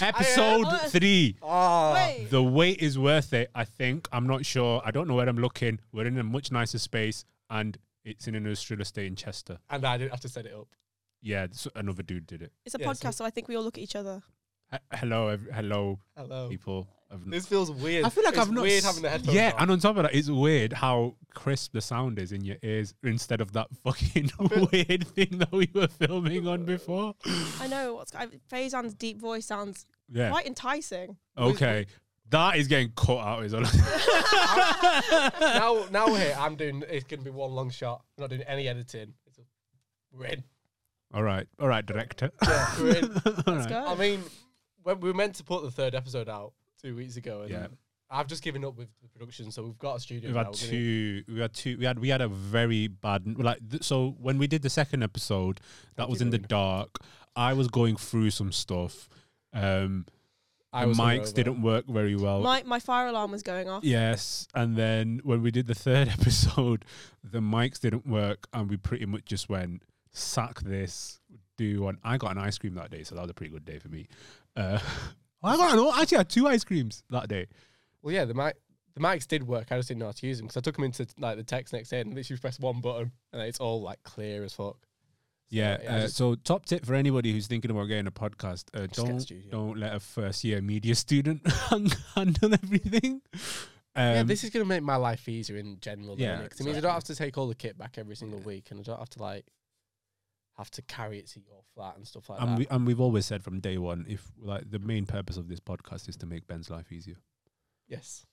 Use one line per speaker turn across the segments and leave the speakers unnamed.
Episode
Oh,
three.
Oh,
Wait.
The wait is worth it, I think. I'm not sure. I don't know where I'm looking. We're in a much nicer space and it's in an industrial estate in Chester.
and I didn't have to set it up.
Yeah, s- another dude did it.
It's a
Yeah, so-
podcast, so I think we all look at each other.
H- hello, ev- hello,
Hello.
people. I've n-
This feels weird.
I feel like
It's
I've not.
weird
s-
having the headphones.
Yeah,
on.
and on top of that, it's weird how crisp the sound is in your ears instead of that fucking weird thing that we were filming on before.
I know what's I, Faizan's deep voice sounds
Yeah.
quite enticing.
Okay. That is getting cut out. Is all.
now, now here I'm doing. It's gonna be one long shot. I'm not doing any editing. It's a, we're in.
all right. All right, director.
Yeah, we're in.
All right.
Let's go.
I mean, when we were meant to put the third episode out two weeks ago, and
Yeah.
I've just given up with the production, so we've got a studio.
We've
now.
had
We're gonna-
two. We had two. We had we had a very bad like. Th- so when we did the second episode, that was in the
doing?
dark. I was going through some stuff. Um,
I
the
was
mics
hungover.
didn't work very well.
my my fire alarm was going off.
Yes, and then when we did the third episode, the mics didn't work, and we pretty much just went sack this. Do one. I got an ice cream that day, so that was a pretty good day for me. Uh, I got an, actually I had two ice creams that day.
Well, yeah, the mic. The mics did work. I just didn't know how to use them because I took them into like the text next day and literally press one button and it's all like clear as fuck.
Yeah.
yeah, I
uh,
just-
so top tip for anybody who's thinking about getting a podcast: uh,
get a
don't
studio.
don't let a first year media student handle everything. Um,
yeah, this is gonna make my life easier in general.
yeah,
Yeah, because it means I don't have to take all the kit back every single week and I don't have to like have to carry it to your flat and stuff like
and
that.
we and we've always said from day one, if like the main purpose of this podcast is to make Ben's life easier,
yes.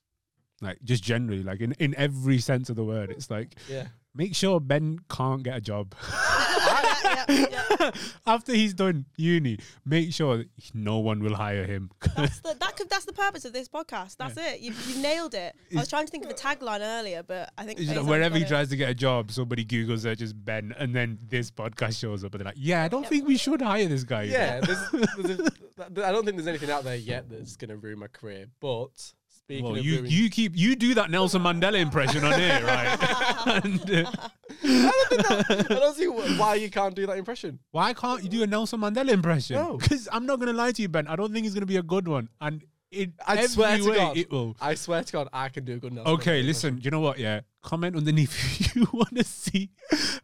like just generally, like in in every sense of the word, it's like
Yeah.
make sure Ben can't get a job
yeah, yeah, yeah.
after he's done uni. Make sure that no one will hire him.
That's the that could, that's the purpose of this podcast. That's it. You you nailed it. I was trying to think of a tagline earlier, but I think
It's just
Faizan's
like wherever
got
he
it.
tries to get a job, somebody Google searches Ben, and then this podcast shows up, and they're like, "Yeah, I don't think we should hire this guy." you
Oh, Yeah.
know?
There's, there's a, th- I don't think there's anything out there yet that's gonna ruin my career. But speaking
Well,
of
you
ruining-
you keep you do that Nelson Mandela impression on here, right? and, uh,
I don't see wh- why you can't do that impression.
why can't you do a Nelson Mandela impression?
No.
Because I'm not gonna lie to you, Ben. I don't think it's gonna be a good one, and it
I
every
swear to
way
God.
it will.
I swear to God, I can do a good enough.
Okay, listen. You know what? Yeah, comment underneath if you want to see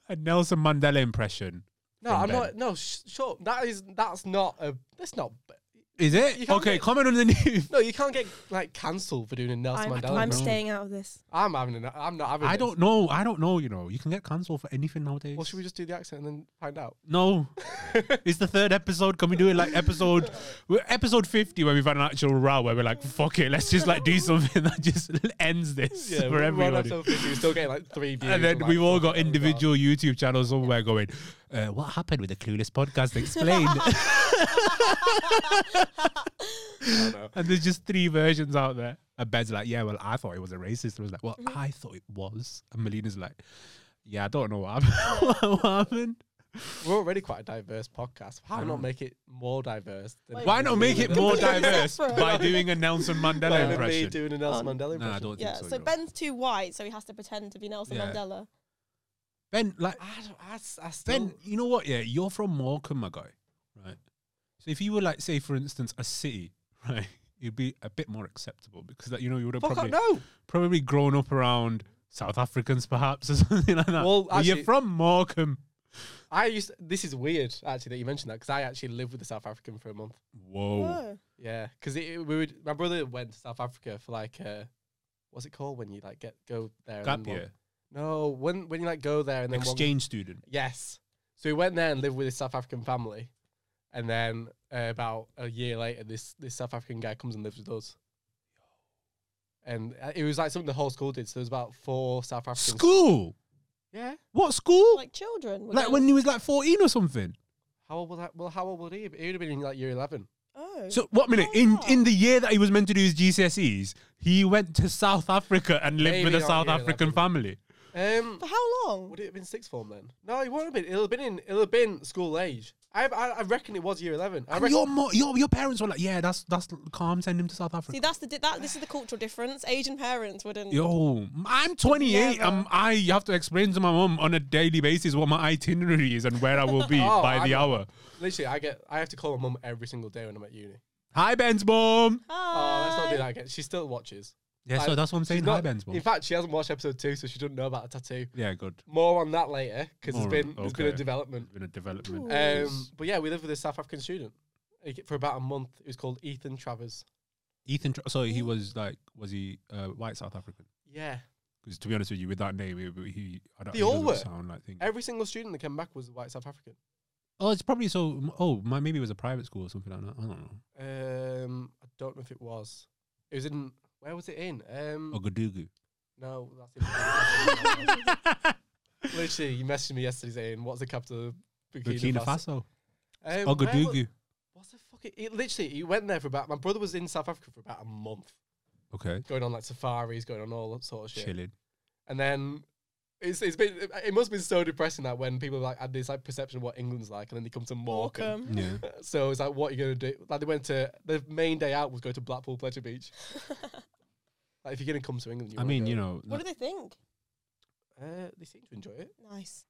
a Nelson Mandela impression.
No,
from
I'm
Ben.
not. No, sh- shut up. That is. That's not a. That's not.
Is it
You can't
okay?
get-
Comment underneath.
No, you can't get like cancelled for doing a Nelson
I'm,
Mandela.
I'm
impression.
staying out of this.
I'm having. An, I'm not having.
I
this.
don't know. I don't know. You know, you can get cancelled for anything nowadays.
Well, should we just do the accent and then find out?
No, it's the third episode. Can we do it like episode we're episode fifty where we've had an actual row where we're like, fuck it, let's just like do something that just ends this for everybody.
We're still getting like three views.
And then
like,
we've all
fuck
got
it, oh my God.
individual YouTube channels somewhere going, uh, what happened with the Clueless podcast? Explain.
I don't know.
and there's just three versions out there. And Ben's like, yeah, well, I thought it was a racist. And I was like, well, I thought it was. And Melina's like, yeah, I don't know what happened. what happened?
We're already quite a diverse podcast. How not make it more diverse? Than
Why not make it more
Completely
diverse
separate.
by doing a Nelson
Like,
Mandela
me
impression?
doing a Nelson Mandela impression.
No, I don't
Yeah.
think so.
So,
you know.
Ben's too white, so he has to pretend to be Nelson
Yeah.
Mandela.
Ben, like
I, don't, I, s- I still.
Ben, you know what? Yeah, you're from Morecambe, my guy, right? So if you were like, say, for instance, a city, right, you'd be a bit more acceptable because that you know you would have
Fuck
probably
up, no.
probably grown up around South Africans, perhaps, or something like that.
Well,
But you're
actually-
from Morecambe.
I used. this is weird, actually, that you mentioned that because I actually lived with a South African for a month.
Whoa.
Oh.
Yeah, because we would. My brother went to South Africa for like, uh, what's it called when you like get go there? and
Gap
then one-
year.
No, when when you like go there and then one,
Exchange student.
Yes. So he went there and lived with his South African family, and then uh, about a year later, this this South African guy comes and lives with us. And uh, it was like something the whole school did. So there was about four South Africans.
School.
Yeah.
What school? Like,
Oh, Like children. were going-
when he was like 14 or something.
How old was that? Well, how old would he? Have? He would have been in like year eleven.
Oh.
So what minute
Oh,
in
wow.
in the year that he was meant to do his GCSEs, he went to South Africa and lived
Maybe
with a
not
South
year
African
11.
family.
Um,
for how long?
would it have been sixth form then? No, he wouldn't have been. It'll have been in. It'll have been school age. I I, I reckon it was year eleven. I
And
reckon.
your, mo- your your parents were like, yeah, that's that's calm. Send him to South
See,
Africa.
that's the di- that. This is the cultural difference. Asian parents wouldn't.
Yo, I'm 28.
Never.
Um, I have to explain to my mum on a daily basis what my itinerary is and where I will be
Oh,
by the
I know.
hour.
Literally, I get. I have to call my mum every single day when I'm at uni.
Hi, Ben's mom.
Oh, let's not
Hi.
do that again. She still watches.
Yeah, so
Like,
that's what I'm
she's
saying.
not-
Hi, Ben's mom.
In fact, she hasn't watched episode two, so she doesn't know about the tattoo.
yeah, good.
More on that later because there's
More
been
on-
there's been a
okay.
development.
Been a development.
Um, but yeah, we lived with a South African student Like, for about a month. It was called Ethan Travers.
Ethan. Tra- so he was like, was he uh, white South African?
Yeah,
Because to be honest with you, with that name, he, he I don't.
They
he
all
doesn't
were.
Sound like thing.
every single student that came back was white South African.
Oh, it's probably so. Oh, my, maybe it was a private school or something like that. I don't know.
Um, I don't know if it was. It was in where was it in? Um,
Oh. Ogodugu.
no, that's in. Literally, you messaged me yesterday saying, "What's the capital of Burkina,
Burkina
Faso?"
Faso. Oh,
Um, where wa-
Ogodugu.
What's the fuck? It, it literally, he went there for about. My brother was in South Africa for about a month,
Okay.
going on like safaris, going on all that sort of shit.
Chilling.
And then it's it's been it must have been so depressing that when people like had this like perception of what England's like, and then they come to Morecambe.
Welcome.
Yeah.
So it's like, what are you gonna do? Like they went to the main day out was go to Blackpool Pleasure Beach. Like if you're gonna come to England, you
I mean, you know.
what do
that-
they think?
uh, they seem to enjoy it.
Nice.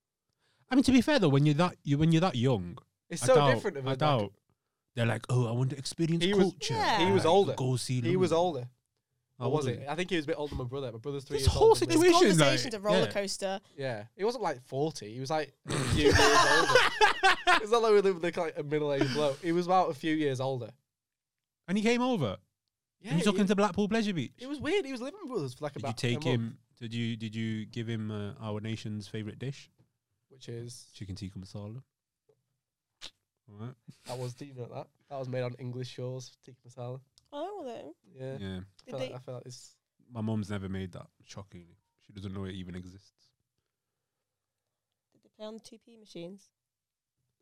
I mean, to be fair though, when you're that you when you're that young,
It's
I
so
doubt-
different. Of
I
a
doubt. they're like, oh, I want to experience
He was-
culture.
Yeah. he
Like,
was older.
Go see.
he was
London.
older.
How
Or was
old
it? I think he was a bit older than my brother. My brother's three
This
years
whole
older. than me.
situation-
This
Tuition, like,
conversation's a roller
yeah.
coaster.
Yeah, he wasn't like forty. He was like a few years older. It's not like we lived like, like a middle-aged bloke. He was about a few years older.
And he came over.
Yeah,
and he took
he-
him to Blackpool Pleasure Beach.
It was weird. He was living with us for like
Did you
about.
take
a month,
him? Did you did you give him uh, our nation's favorite dish,
Which is
chicken tikka masala? All right.
that was. Do you know that? That was made on English shores, tikka masala.
Oh, well
Yeah.
Yeah.
I,
then.
feel
Did
like,
they?
I feel like it's.
My mom's never made that. Shockingly, she doesn't know it even exists.
Did they play on the two P machines?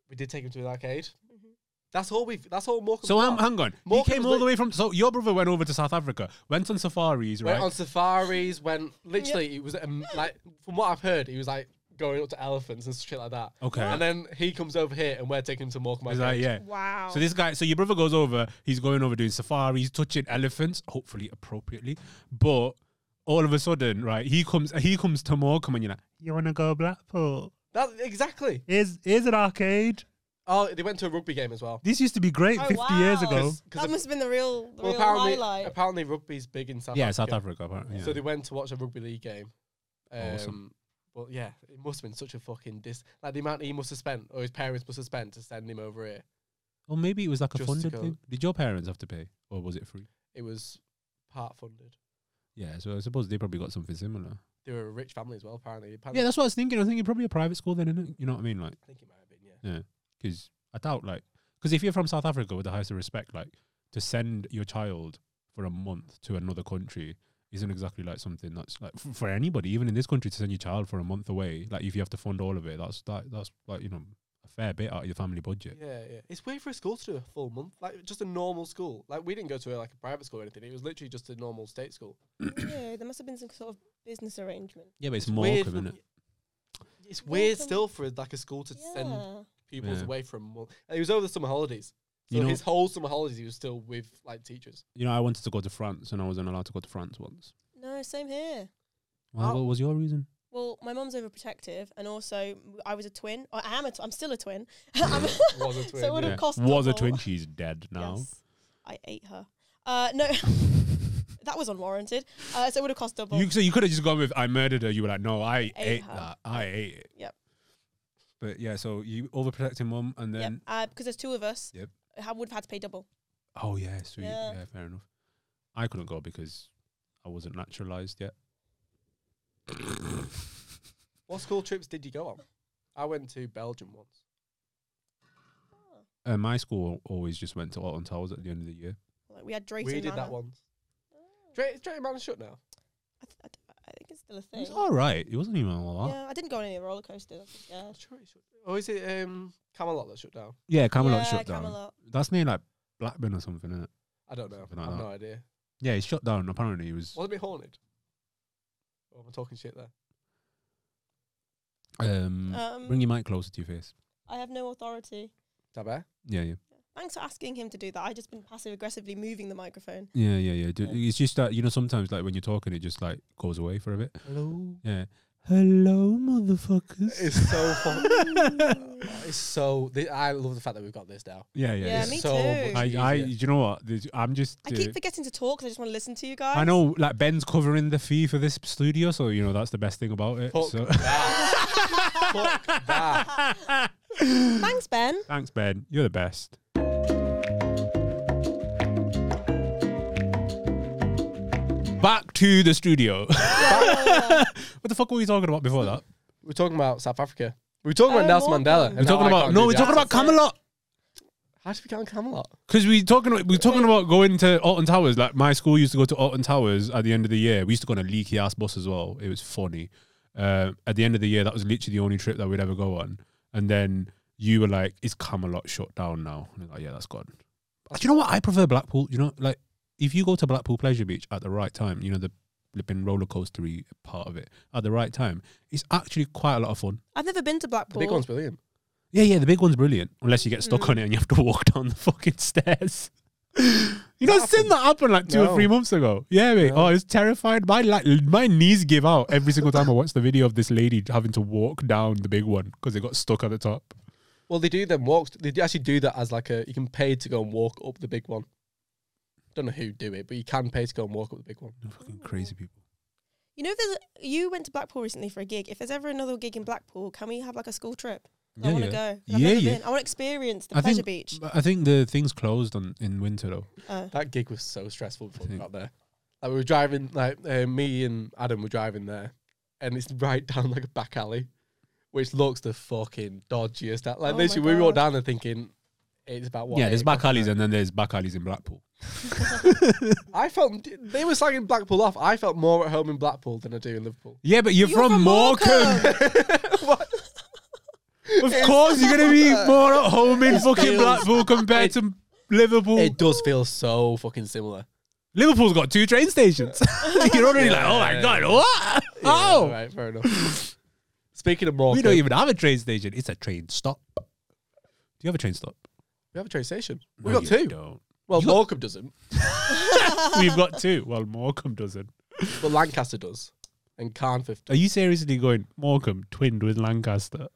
We did take him to the arcade.
hmm
That's all we've. That's all Morecambe.
So um,
got.
hang on.
Morecambe's
he came all
lit-
the way from. So your brother went over to South Africa, went on safaris,
went
right?
on safaris. Went literally. It was um, like from what I've heard, he was like going up to elephants and shit like that.
okay.
And then he comes over here, and we're taking him to Morecambe.
He's
Arcade.
like, yeah.
Wow.
So this guy, so your brother goes over. He's going over doing safaris, touching elephants, hopefully appropriately. But all of a sudden, right? He comes. He comes to Morecambe, and you're like, you want to go Blackpool?
That exactly.
Here's here's an arcade.
Oh, they went to a rugby game as well.
This used to be great
Oh,
50 years
wow.
ago.
'Cause- 'cause
that
ap-
must have been the real, the
well,
real
apparently,
highlight.
apparently rugby's big in South
Yeah,
Africa.
South Africa. Apparently.
So they went to watch a rugby league game. Um,
Awesome.
But yeah, it must have been such a fucking dis. Like the amount he must have spent, or his parents must have spent, to send him over here.
Or maybe it was like a
Just to
funded
go.
thing. Did your parents have to pay, or was it free?
It was part funded.
Yeah, so I suppose they probably got something similar.
They were a rich family as well, apparently. apparently
Yeah, that's what I was thinking. I was thinking probably a private school then, innit? You know what I mean? Like,
I think it might have been. Yeah.
because I doubt, like, because if you're from South Africa, with the highest of respect, like, to send your child for a month to another country isn't exactly like something that's like f- for anybody, even in this country, to send your child for a month away. Like, if you have to fund all of it, that's that, that's like you know a fair bit out of your family budget.
Yeah, yeah. It's weird for a school to do a full month, like just a normal school. Like we didn't go to a, like a private school or anything. It was literally just a normal state school.
yeah, there must have been some sort of business arrangement.
Yeah, but it's,
weird
Morecambe,
for-
innit?
It's weird
Morecambe.
still for like a school to send
Yeah.
pupils
Yeah.
away from. a month. And It was over the summer holidays. So
You know,
his whole summer holidays, he was still with like teachers.
you know, I wanted to go to France and I wasn't allowed to go to France once.
No, same here.
Why,
Oh.
What was your reason?
Well, my mum's overprotective, and also I was a twin. I am a. Tw- I'm still a twin. I'm a-
Was a twin.
So it would have
Yeah.
cost.
was a
double.
twin. She's dead now.
Yes. I ate her. Uh, no, that was unwarranted. Uh, so it would have cost double.
You so you could have just gone with I murdered her. You were like, no, I ate,
her.
that. I ate it.
Yep.
But yeah, so you overprotecting mum, and
yep.
then
Uh, because there's two of us.
Yep.
I would have had to pay double.
oh yeah, sweet, yeah.
Yeah.
fair enough. I couldn't go because I wasn't naturalized yet.
What school trips did you go on? I went to Belgium once.
Uh, my school always just went to Alton Towers at the end of the year.
Like we had Drayton
we did
Manor.
that once.
Oh.
Dra- Is Drayton Manor shut now?
I, th- I, d- I think it's still a
It
thing.
was all right. It wasn't even all that.
Yeah, I didn't go on any of the roller coasters. I'm
I'm
scared.
sure it shut. Or is it um, Camelot that shut down?
Yeah, Camelot
yeah,
shut down.
Camelot.
That's near like Blackburn or something, isn't it?
I don't know.
Something like
I have
that.
no idea.
Yeah, it's shut down. Apparently, it was.
Wasn't it haunted? Oh, am I talking shit there?
Um,
Um,
bring your mic closer to your face.
I have no authority.
Dabba?
Yeah, yeah.
Thanks for asking him to do that. I've just been passive aggressively moving the microphone.
Yeah, yeah, yeah. D-
Yeah.
It's just that you know sometimes like when you're talking, it just like goes away for a bit.
Hello.
Yeah. hello, motherfuckers.
It's so fun. it's so. Th- I love the fact that we've got this now.
yeah, yeah.
Yeah,
yeah.
It's
me
so
too.
much
I, I, do
easier.
you know what? There's- I'm just.
I
uh,
keep forgetting to talk 'cause I just want to listen to you guys.
I know, like Ben's covering the fee for this studio, so you know that's the best thing about it.
Fuck
So
that. Fuck that.
Thanks, Ben.
thanks, Ben. You're the best. Back to the studio. what the fuck were we talking about before that?
We're talking about South Africa. We're talking about
Oh,
Nelson
Morgan.
Mandela.
We're
We're
and how
talking
I
about
can't
no,
do
we're
that.
talking about Camelot
How did we get on Camelot?
because we talking we're talking about going to Alton Towers. Like my school used to go to Alton Towers at the end of the year. We used to go on a leaky ass bus as well. It was funny. Uh, at the end of the year, that was literally the only trip that we'd ever go on. And then you were like, "Is Camelot shut down now?" And I was like, "Yeah, that's gone." Do you know what I prefer Blackpool? You know, like if you go to Blackpool Pleasure Beach at the right time, you know the flipping roller coastery part of it at the right time, it's actually quite a lot of fun.
I've never been to
The
Blackpool.
big one's brilliant.
Yeah, yeah, the big one's brilliant. Unless you get stuck
Mm.
on it and you have to walk down the fucking stairs. You know,
That
seen that happen like two
No.
or three months ago. Yeah, mate.
No.
Oh, I was terrified. My like, my knees give out every single time I watch the video of this lady having to walk down the big one because it got stuck at the top.
Well, they do them walks. They do actually do that as like a. You can pay to go and walk up the big one. Don't know who do it, but you can pay to go and walk up the big one.
Fucking crazy people.
You know, if there's a, you went to Blackpool recently for a gig. If there's ever another gig in Blackpool, can we have like a school trip? I want to go. 'cause I've
Yeah,
never
yeah.
been. I want to experience the
I
pleasure
think-
beach.
But I think the thing's closed on in winter though.
Oh.
That gig was so stressful before we
Yeah.
got there. Like we were driving, like uh, me and Adam were driving there, and it's right down like a back alley, which looks the fucking dodgiest. That like
Oh my
literally, we walked
God.
down there thinking it's about what?
yeah, there's
eight
back
o'clock
alleys
now.
and then there's back alleys in Blackpool.
I felt they were slagging Blackpool off. I felt more at home in Blackpool than I do in Liverpool.
Yeah, but you're,
You're from
Morecambe.
What?
of course, you're gonna be more at home in fucking
feels-
Blackpool compared to Liverpool.
It does feel so fucking similar.
Liverpool's got two train stations. You're already like, oh my god, what?
Yeah,
oh,
right, fair enough. Speaking of Morecambe,
we don't even have a train station. It's a train stop. Do you have a train stop?
we have a train station. We've
No,
got
you
2
don't.
Well,
You got-
Morecambe doesn't,
We've got two. Well, Morecambe doesn't.
but Lancaster does, and Carnforth.
Are you seriously going Morecambe twinned with Lancaster?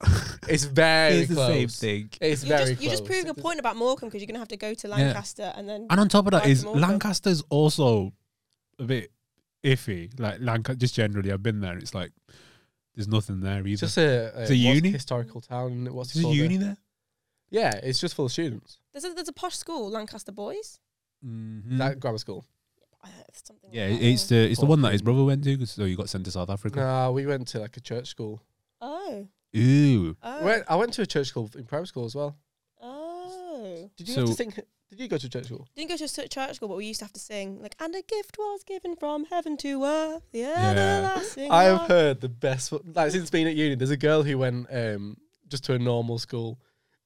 It's very
it's the
close.
same thing.
It's
You're
very
just,
close.
you're just proving a point about Morecambe because you're gonna have to go to Lancaster and then
And on top of that
Like
is
Morecambe.
Lancaster's also a bit iffy. Like Lancaster, just generally, I've been there. It's like there's nothing there either.
It's just a, a,
It's a
what's
uni?
historical town. What's
Is
it
there
called?
uni there?
Yeah, it's just full of students.
there's a, there's a posh school, Lancaster Boys.
Mhm.
That grammar school.
I it's something.
yeah,
like
it-
that,
it's the it's the one that his
oh, Fucking-
brother went to. 'cause- So you got sent to South Africa.
No, we went to like a church school.
Oh,
Ooh.
oh,
Went, I went to a church school in primary school as well.
oh.
Did you have to
So-
sing? Did you go to a church school?
Didn't go to a stu- church school, but we used to have to sing like, "And a gift was given from heaven to earth, the everlasting."
I have
love."
heard the best. Like since being at uni, there's a girl who went um, just to a normal school,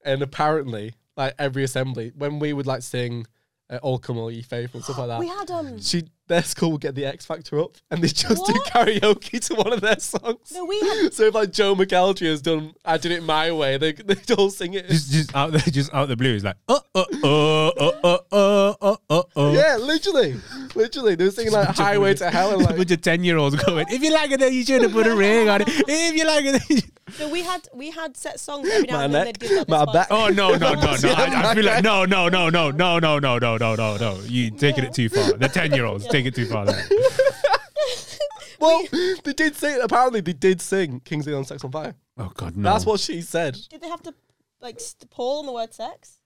and apparently, like every assembly, when we would like sing uh, "All Come All Ye Faithful" and stuff like
We
that,
had um.
she their school would get the X Factor up, and they just do
What?
karaoke to one of their songs.
No, we had
So if like Joe McElroy has done, I did it my way. They they all sing it.
just just out there, just out the blue. It's like oh oh oh oh oh oh oh oh. oh.
Yeah, literally, literally, they were singing like "Highway to Hell" and
There's a
like
bunch of ten year olds going. If you like it, then you should have put a ring on it. If you like it, then you
no, we had we had set songs every now
my
and then.
neck,
They'd give up
my
this
back.
oh no no no no!
Yeah,
I, I feel
okay.
like no no no no no no no no no no no. You taking it too far. The ten year olds take it too far. There.
Well, they did sing. Apparently, they did sing "Kings Leon Sex on Fire."
Oh god no.
That's what she said.
Did they have to like st- Paul on the word sex?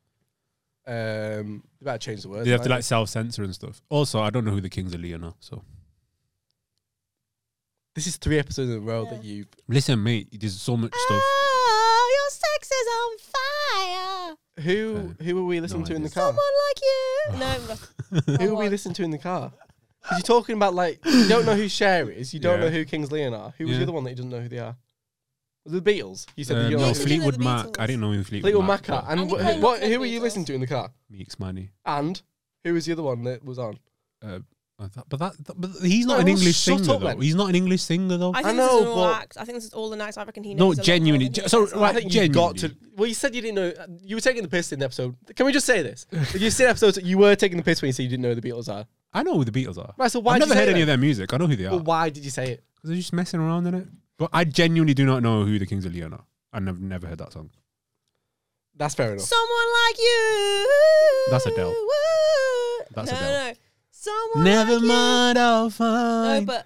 Um, you better change the word.
They have to like self censor and stuff. Also, I don't know who the Kings of Leon are. So
This is three episodes in a row that
Yeah.
you.
listen, mate. There's so much stuff.
Ah.
Oh, your sex is on fire.
Who who were we listening
No
to in the
idea.
car?
Someone like you. no,
Who were we
Someone.
listening to in the car? Because you're talking about like you don't know who Cher is. You don't
Yeah.
know who Kings Leon are. Who was the
Yeah.
other one that you doesn't know who they are? Was it the Beatles? You said
Uh,
that you
no,
Yes, we do know
Fleetwood
the
Mac.
Beatles.
I didn't know who Fleetwood,
Fleetwood Mac.
Mac.
are.
was.
And
And
wh-
Craig
who- what?
Craig
Who were you
Beatles.
listening to in the car?
Meeks Manny.
And who was the other one that was on?
Uh, that- But that, that- but he's not
No,
an English
shut
singer
up
though.
then.
He's not an English singer though.
I think
know,
this is all
but-
act. I think this is all the nights I reckon he
No,
knows. a lot more
genuinely,
than he
ge- so,
knows us.
right,
I think you
genuinely.
got to. Well, you said you didn't know. You were taking the piss in the episode. Can we just say this? you said episodes. You were taking the piss when you said you didn't know who the Beatles are.
I know who the Beatles are.
Right. So why?
I've
did
never
you say
heard
it
any of
then?
their music. I know who they are.
Well, why did you say it?
Because they're just messing around in it. But I genuinely do not know who the Kings of Leon are. and I've never heard that song.
That's fair enough.
Someone like you.
That's Adele. That's
no,
Adele.
no. Someone. like you.
I'll
No,
find.
but um,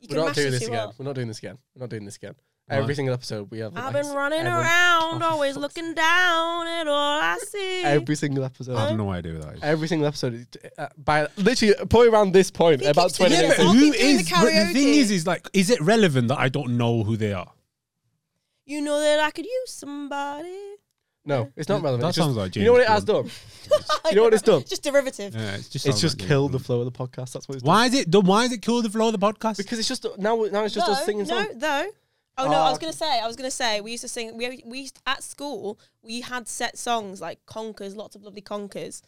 you
We're
can
not
mash
doing
the
this
two
again.
up.
We're not doing this again. We're not doing this again.
Why?
Every single episode we have.
I've
like,
been running
everyone-
around,
Oh, for
always
fuck's
looking down at all I see.
Every single episode.
I have no idea who that is.
Every single episode. is- Uh, by literally probably around this point,
He
about
keeps
twenty
doing
minutes.
it. I'll
who
be doing the
is? But the thing
karaoke.
is, is like, is it relevant that I don't know who they are?
you know that I could use somebody.
No, it's not relevant.
That
It's just-
sounds like James
you know what it has
Blunt.
done? You know what it's done?
Just derivative.
Yeah, it's just,
It's
sounds
just
like James
killed the
Blunt.
flow of the podcast. That's what it's done.
Why is it? done- Why is it killed the flow of the podcast?
Because it's just uh, now. Now it's just
though,
us singing
no,
songs.
though. Oh no, I
Ah,
was gonna say, I was gonna say, we used to sing. We we used, at school we had set songs like conkers, lots of lovely conkers,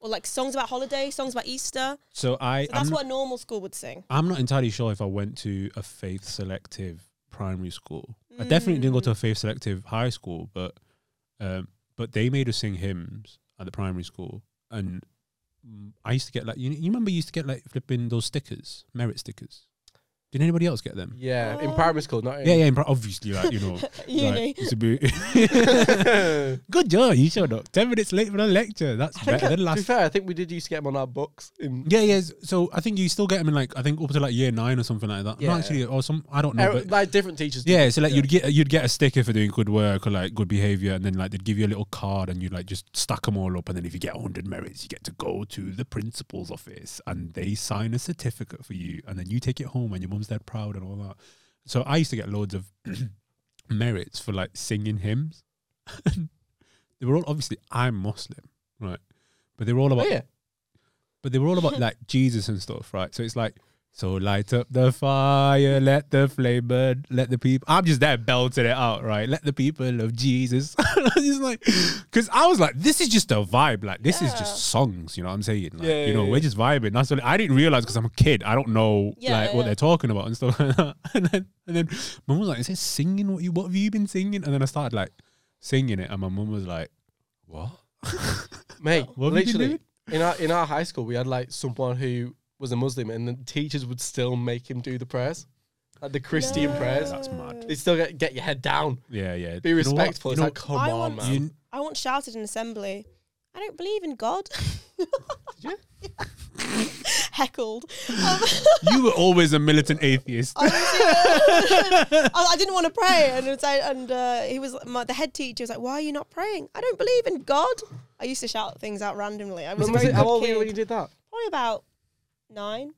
or like songs about holiday, songs about Easter.
so I,
So
I'm,
that's
not,
what a normal school would sing.
I'm not entirely sure if I went to a faith selective primary school. I definitely didn't go
Mm.
to a faith selective high school, but um, but they made us sing hymns at the primary school, and mm, I used to get like you, you remember you used to get like flipping those stickers, merit stickers. Did anybody else get them?
Yeah, in
Oh.
primary school, not in
Yeah, yeah, in pri- obviously, like you know,
Uni.
like, it's a bit- Good job, you showed up ten minutes late for the lecture. That's
I think
better
I-
than
to be
last.
fair, I think we did used to get them on our books. In
Yeah, yeah. So I think you still get them in like I think up to like year nine or something like that.
Yeah.
Not actually, or some I don't know.
Er,
but
like different teachers. did.
Yeah, so like
Yeah.
you'd get you'd get a sticker for doing good work or like good behavior, and then like they'd give you a little card, and you'd like just stack them all up, and then if you get hundred merits, you get to go to the principal's office, and they sign a certificate for you, and then you take it home, and your mum's dead proud and all that. So I used to get loads of merits for like singing hymns. they were all obviously I'm Muslim, right? But they were all
Oh,
about
yeah.
but they were all about like Jesus and stuff, right? So it's like, so light up the fire, let the flame burn, let the people. I'm just there belting it out, right? Let the people of Jesus. it's like, because I was like, this is just a vibe. Like, this is
Yeah.
just songs, you know what I'm saying? Like,
Yeah,
you know,
yeah,
we're
yeah.
just vibing. That's what I didn't realize because I'm a kid. I don't know
Yeah,
like what
yeah.
they're talking about and stuff like that. And then, and then mum was like, is it singing? What you, what have you been singing? And then I started like singing it, and my mum was like, what?
mate.
What have you been
literally,
doing?
in our in our high school, we had like someone who was a Muslim, and the teachers would still make him do the prayers, like the Christian prayers.
That's mad.
They still get get your head down,
Yeah, yeah.
be
You know what?
respectful.
You
It's
know-
like, come
I
on,
want-
man.
you-
I once shouted in assembly, I don't believe in God. Did
you?
Heckled. Um,
you were always a militant atheist.
I, was, yeah. I- I didn't want to pray, and it's like- and uh, he was my, the head teacher was like, "Why are you not praying? I don't believe in God." I used to shout things out randomly. I was,
When
a
was
very
it? How
good
old were you when
kid.
you did that?
Probably about nine.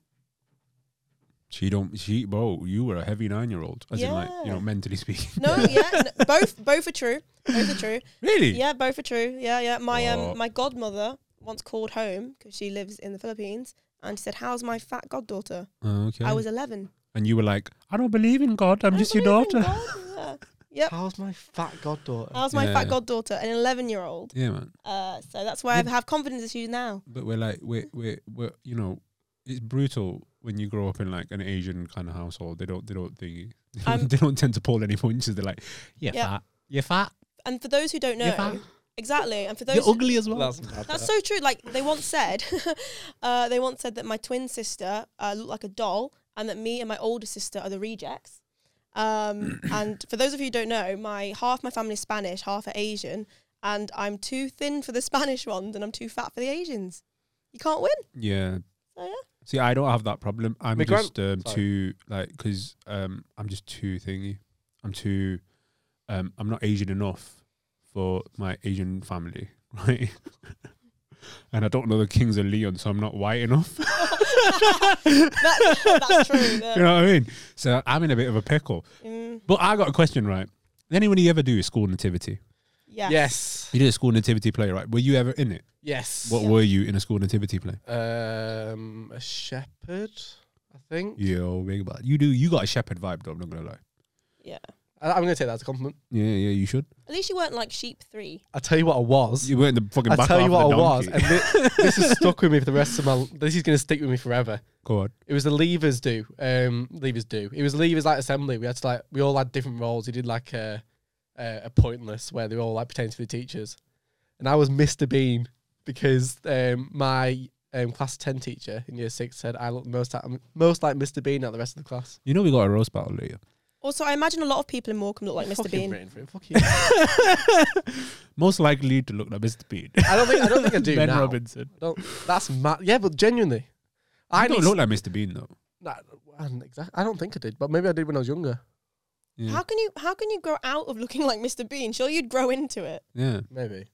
She don't. She bro, you were a heavy nine year old, as in like you
Yeah.
know, mentally speaking.
No, yeah, n- both both are true. Both are true.
really?
Yeah, both are true. Yeah, yeah. My
What?
um my godmother once called home because she lives in the Philippines, and she said, "How's my fat goddaughter?"
Oh, okay.
I was eleven.
and you were like, I don't believe in God. I'm
"I
just your
believe in
daughter.
God." Yeah. Yep.
How's my fat goddaughter?
How's my fat
Yeah.
goddaughter, an eleven-year-old?
Yeah, man.
Uh, so that's why I have confidence issues now.
But we're like, we're we're, we're you know, it's brutal when you grow up in like an Asian kind of household. They don't they don't think
Um,
they don't tend to pull any punches. They're like, you're
Yeah.
fat, you're fat,
And for those who don't
you're
know,
fat,
exactly. And for those,
you're ugly as well.
That's,
that's so true. Like they once said, uh, they once said that my twin sister uh, looked like a doll, and that me and my older sister are the rejects. Um, and for those of you who don't know, my half my family is Spanish, half are Asian, and I'm too thin for the Spanish ones, and I'm too fat for the Asians. You can't win.
yeah.
So yeah.
See, I don't have that problem. I'm
My gran-
just um,
Sorry.
too like because um, I'm just too thingy. I'm too. Um, I'm not Asian enough for my Asian family, right? and I don't know the kings of Leon, so I'm not white enough.
That's, that's true. yeah.
you know what I mean? So I'm in a bit of a pickle.
Mm,
But I got a question, right? Did Anybody ever do a school nativity?
yes.
yes.
You did a school nativity play, right? Were you ever in it?
Yes.
What were you in a school nativity play?
Um, a shepherd, I think.
Yo, big bad. You do. You got a shepherd vibe, though. I'm not gonna lie.
Yeah.
I, I'm gonna take that as a compliment.
Yeah, yeah. You should.
At least you weren't like sheep three.
I tell you what I was.
You weren't the fucking.
I
back
tell
half
you
of
what
the
I was,
donkey.
and thi- this has stuck with me for the rest of my. This is gonna stick with me forever.
Go on.
It was the levers do. Um, levers do. It was levers like assembly. We had to like we all had different roles. We did like a a, a pointless where they were all like pertaining to the teachers, and I was Mr Bean because um my um class ten teacher in year six said I looked most like most like Mr Bean out of the rest of the class.
You know we got a roast battle later.
Also, I imagine a lot of people in Morecambe look like Mr.
Fucking
Bean.
written for him. Fuck you. I
Most likely to look like Mr. Bean.
don't think. I don't think I do
ben
now.
Robinson.
I don't, that's mad. Yeah, but genuinely, I
I don't
need-
look like Mr. Bean though.
Nah, I don't exact- I don't think I did, but maybe I did when I was younger.
Yeah.
How can you how can you grow out of looking like Mr. Bean? Sure, you'd grow into it.
yeah.
Maybe.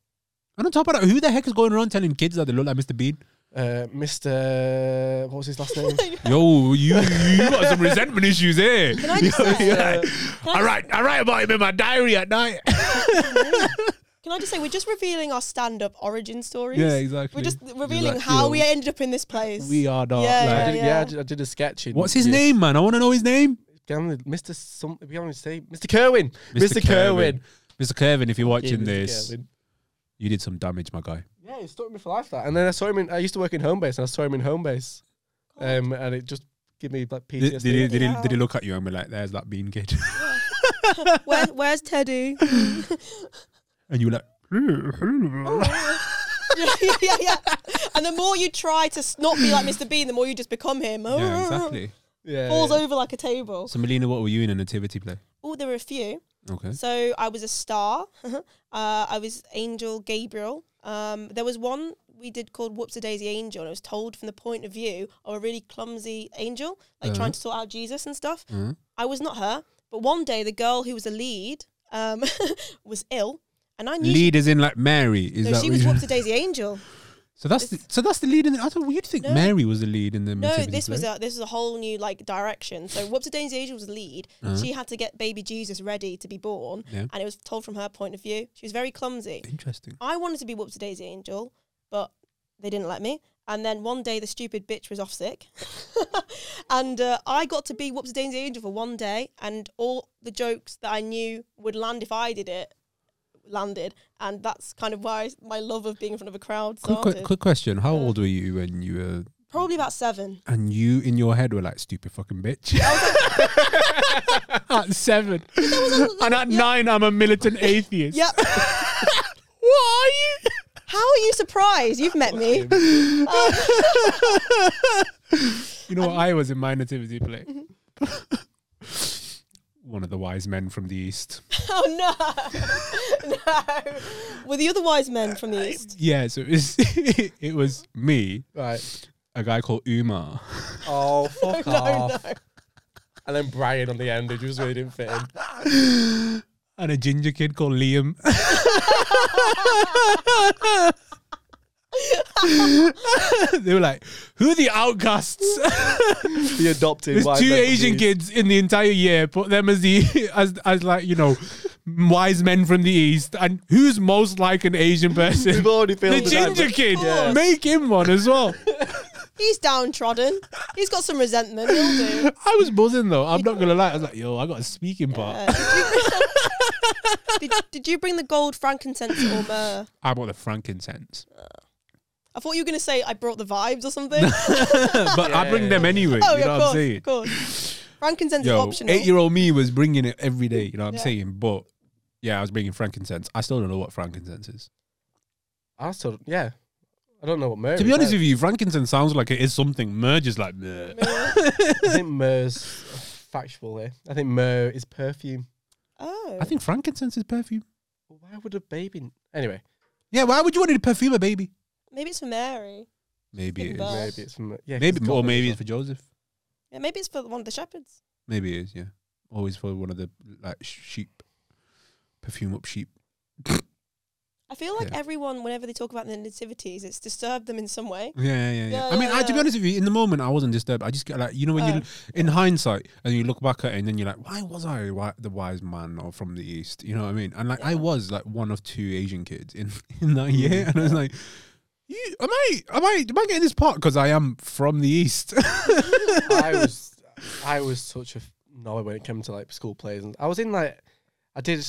And on top of that, who the heck is going around telling kids that they look like Mr. Bean?
Uh, Mr. What was his last name?
Yo, you you got some resentment issues here.
Can I just
uh,
say?
I write I write about him in my diary at night.
Can I just say we're just revealing our stand-up origin stories?
Yeah, exactly.
We're just revealing
like,
how
yo,
we ended up in this place.
We are not.
Yeah,
like-
I did,
yeah.
yeah, I, did, I did a sketch. In
What's his
year-
name, man? I want to know his name.
Can I- Mr. Some, if you want to say Mr. Kerwin. Mr. Kerwin.
Mr. Kerwin, if you're watching
Yeah, Mr.
this,
Kerwin.
you did some damage, my guy.
Yeah, he stuck with me for life. That, and then I saw him. In, I used to work in home base, and I saw him in home base, um, and it just gave me like PTSD.
Did, did, he, did, he,
Yeah.
did he look at you and be like, there's that bean kid?
Where, where's Teddy?
and you were like,
yeah, yeah, yeah. And the more you try to s- not be like Mr. Bean, the more you just become him.
yeah, exactly.
yeah,
Falls
yeah.
over like a table.
So, Melina, what were you in a nativity play?
Oh, there were a few.
Okay.
So I was a star. uh, I was Angel Gabriel. Um, there was one we did called Whoops a Daisy Angel, and it was told from the point of view of a really clumsy angel, like
Uh-huh.
trying to sort out Jesus and stuff.
Mhm.
I was not her, but one day the girl who was a lead um, was ill, and I knew.
Lead is in like Mary.
she-
Is
no,
that
she
what
was
you-
Whoops a Daisy Angel.
So that's the, so that's the lead in. The, I thought you'd think
No.
Mary was the lead in the
No,
nativity
this was
play.
a this was a whole new like direction. So Whoops a Daisy Angel was the lead. She had to get baby Jesus ready to be born,
Uh-huh. Yeah.
and it was told from her point of view. She was very clumsy.
interesting.
I wanted to be Whoops a Daisy Angel, but they didn't let me. And then one day, the stupid bitch was off sick, and uh, I got to be Whoops a Daisy Angel for one day, and all the jokes that I knew would land if I did it landed, and that's kind of why my love of being in front of a crowd
Quick,
started.
quick, quick question: How
Yeah.
old were you when you were
Probably about seven.
and you in your head were like stupid fucking bitch? at seven, and at nine, I'm a militant atheist.
Yep.
What are you?
How are you surprised? You've met me.
You know what I was in my nativity play? One of the wise men from the east.
Oh no, no. Were the other wise men from the east?
Yeah, so it was, it was me,
right.
a guy called Umar.
Oh fuck
No,
off!
no.
And then Brian on the end, who just really didn't fit in.
and a ginger kid called Liam. they were like, "Who are the outcasts?"
The adopted.
There's
wise
two
men from
Asian
the-
kids in the entire year. Put them as the as as like you know, wise men from the east. And who's most like an Asian person?
We've already
The
filled out,
ginger
but-
kid.
Yeah.
Make him one as well.
He's downtrodden. He's got some resentment. He'll do.
I was buzzing though. I'm not gonna lie. I was like, "Yo, I got a speaking part."
Uh, did, you, did, did you bring the gold frankincense or myrrh?
I bought the frankincense,
I thought you were going to say I brought the vibes or something. oh,
but I bring them anyway.
yeah,
you know
of
what I'm
course,
saying?
of course. Frankincense is
Yo,
optional.
eight year old me was bringing it every day. You know what I'm
Yeah.
saying? But yeah, I was bringing frankincense. I still don't know what frankincense is.
I still, yeah. I don't know what Mary.
to be honest with you, frankincense sounds like it is something. Merge is like, meh.
you, I think Mer's factual here. I think Mer is perfume.
oh,
I think frankincense is perfume.
Why would a baby? Anyway,
Yeah, why would you want to perfume a baby?
maybe it's for Mary.
Maybe it is.
Fucking bad.
maybe it's from yeah. 'cause
Maybe,
it's
or
got-
maybe it's for Joseph.
Yeah, maybe it's for one of the shepherds.
Maybe it is. Yeah, always for one of the like sheep. Perfume up sheep.
I feel like
Yeah.
everyone, whenever they talk about the nativities, it's disturbed them in some way.
Yeah, yeah, yeah.
Yeah,
I mean,
yeah,
I, to be
yeah.
honest with you, in the moment, I wasn't disturbed. I just get like, you know, when you,
Oh.
in hindsight, and you look back at it, and then you're like, why was I wi- the wise man or from the east? You know what I mean? And like, I
Yeah.
was like one of two Asian kids in in that year, and I was like. You, am I am I am I getting this part because I am from the east?
I was, I was such a no when it came to like school plays, and I was in like, I did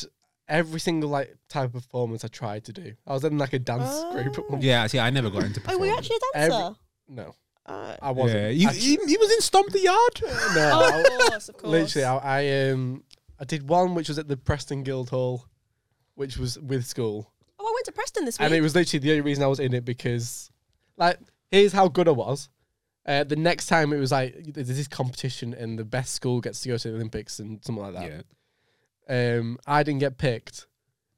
every single like type of performance I tried to do. I was in like a dance group at one.
yeah, see, I never got into.
Oh, were you actually a
Every-
dancer?
No,
Oh.
I wasn't.
Yeah, he,
I,
he, he was in Stomp the Yard.
no, I-
oh, of course, of course.
Literally, I, I um I did one which was at the Preston Guild Hall, which was with school,
oh, I went to Preston this week.
and it was literally the only reason I was in it because, like, here's how good I was. Uh, the next time it was like there's this competition and the best school gets to go to the Olympics and something like that.
Yeah.
Um, I didn't get picked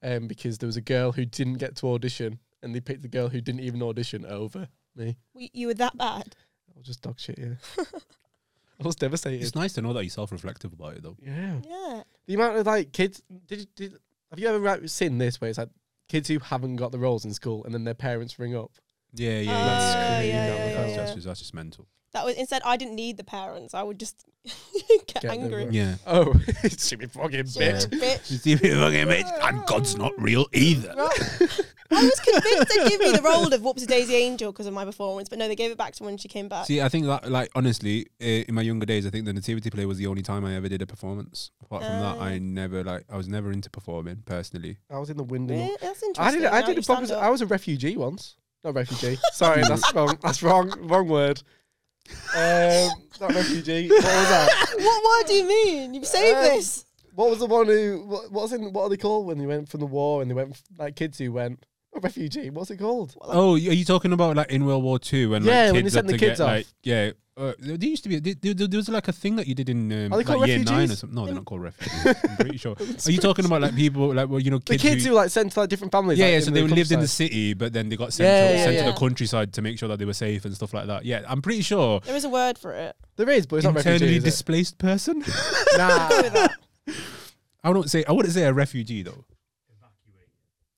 um, because there was a girl who didn't get to audition and they picked the girl who didn't even audition over me.
We, you were that bad.
I was just dog shit, yeah. I was devastated.
It's nice to know that you're self-reflective about it, though.
Yeah.
Yeah.
The amount of like kids did, did have you ever ra- seen this where it's like kids who haven't got the roles in school and then their parents ring up?
Yeah, yeah,
Oh,
yeah.
That's Ah, yeah, crazy, yeah,
that's,
yeah,
that's
yeah.
Just, that's just mental.
That was instead. I didn't need the parents. I would just get,
Get them
angry.
right.
Yeah.
Oh, she be fucking bitch.
Yeah.
Bitch.
You see me fucking bitch? And God's not real either.
I was convinced they'd give me the role of Whoops Daisy Angel because of my performance, but no, they gave it back to when she came back.
See, I think that, like, honestly, uh, in my younger days, I think the nativity play was the only time I ever did a performance. Apart from that, I
Ah.
Oh.
never, like, I was never into performing personally.
I was in the wind. and all-
Really? That's
I
interesting.
did. I
now
did
you
a
stand
proper. I
up.
was a refugee once. Not refugee. Sorry, that's wrong. That's wrong. Wrong word. Um, not refugee. What was that?
what word do you mean? You saved
Um,
this.
What was the one who? What, what's in? What are they called when they went from the war and they went like kids who went not refugee? What's it called?
Oh, y- are you talking about, like, in World War Two when,
Yeah,
like, kids
when they
had
sent the
to
kids
get,
off.
Like, yeah. Uh, there there used to be, there, there, there was, like, a thing that you did in, um,
Are they
like,
called
year nine or
refugees?
something. No, they're not called refugees. I'm pretty sure. Are you talking about, like, people, like, well, you know,
The
kids,
kids
who,
who like sent to like different families.
yeah,
like,
yeah.
in
So
the
they lived in the
countryside.
city, but then they got sent,
Yeah,
to,
yeah,
sent to
yeah.
the countryside to make sure that they were safe and stuff like that. Yeah, I'm pretty sure
There is a word for it.
There is, but it's not
internally
refugee. Is
displaced person.
it? Nah.
Go with that.
I wouldn't say I wouldn't say a refugee though.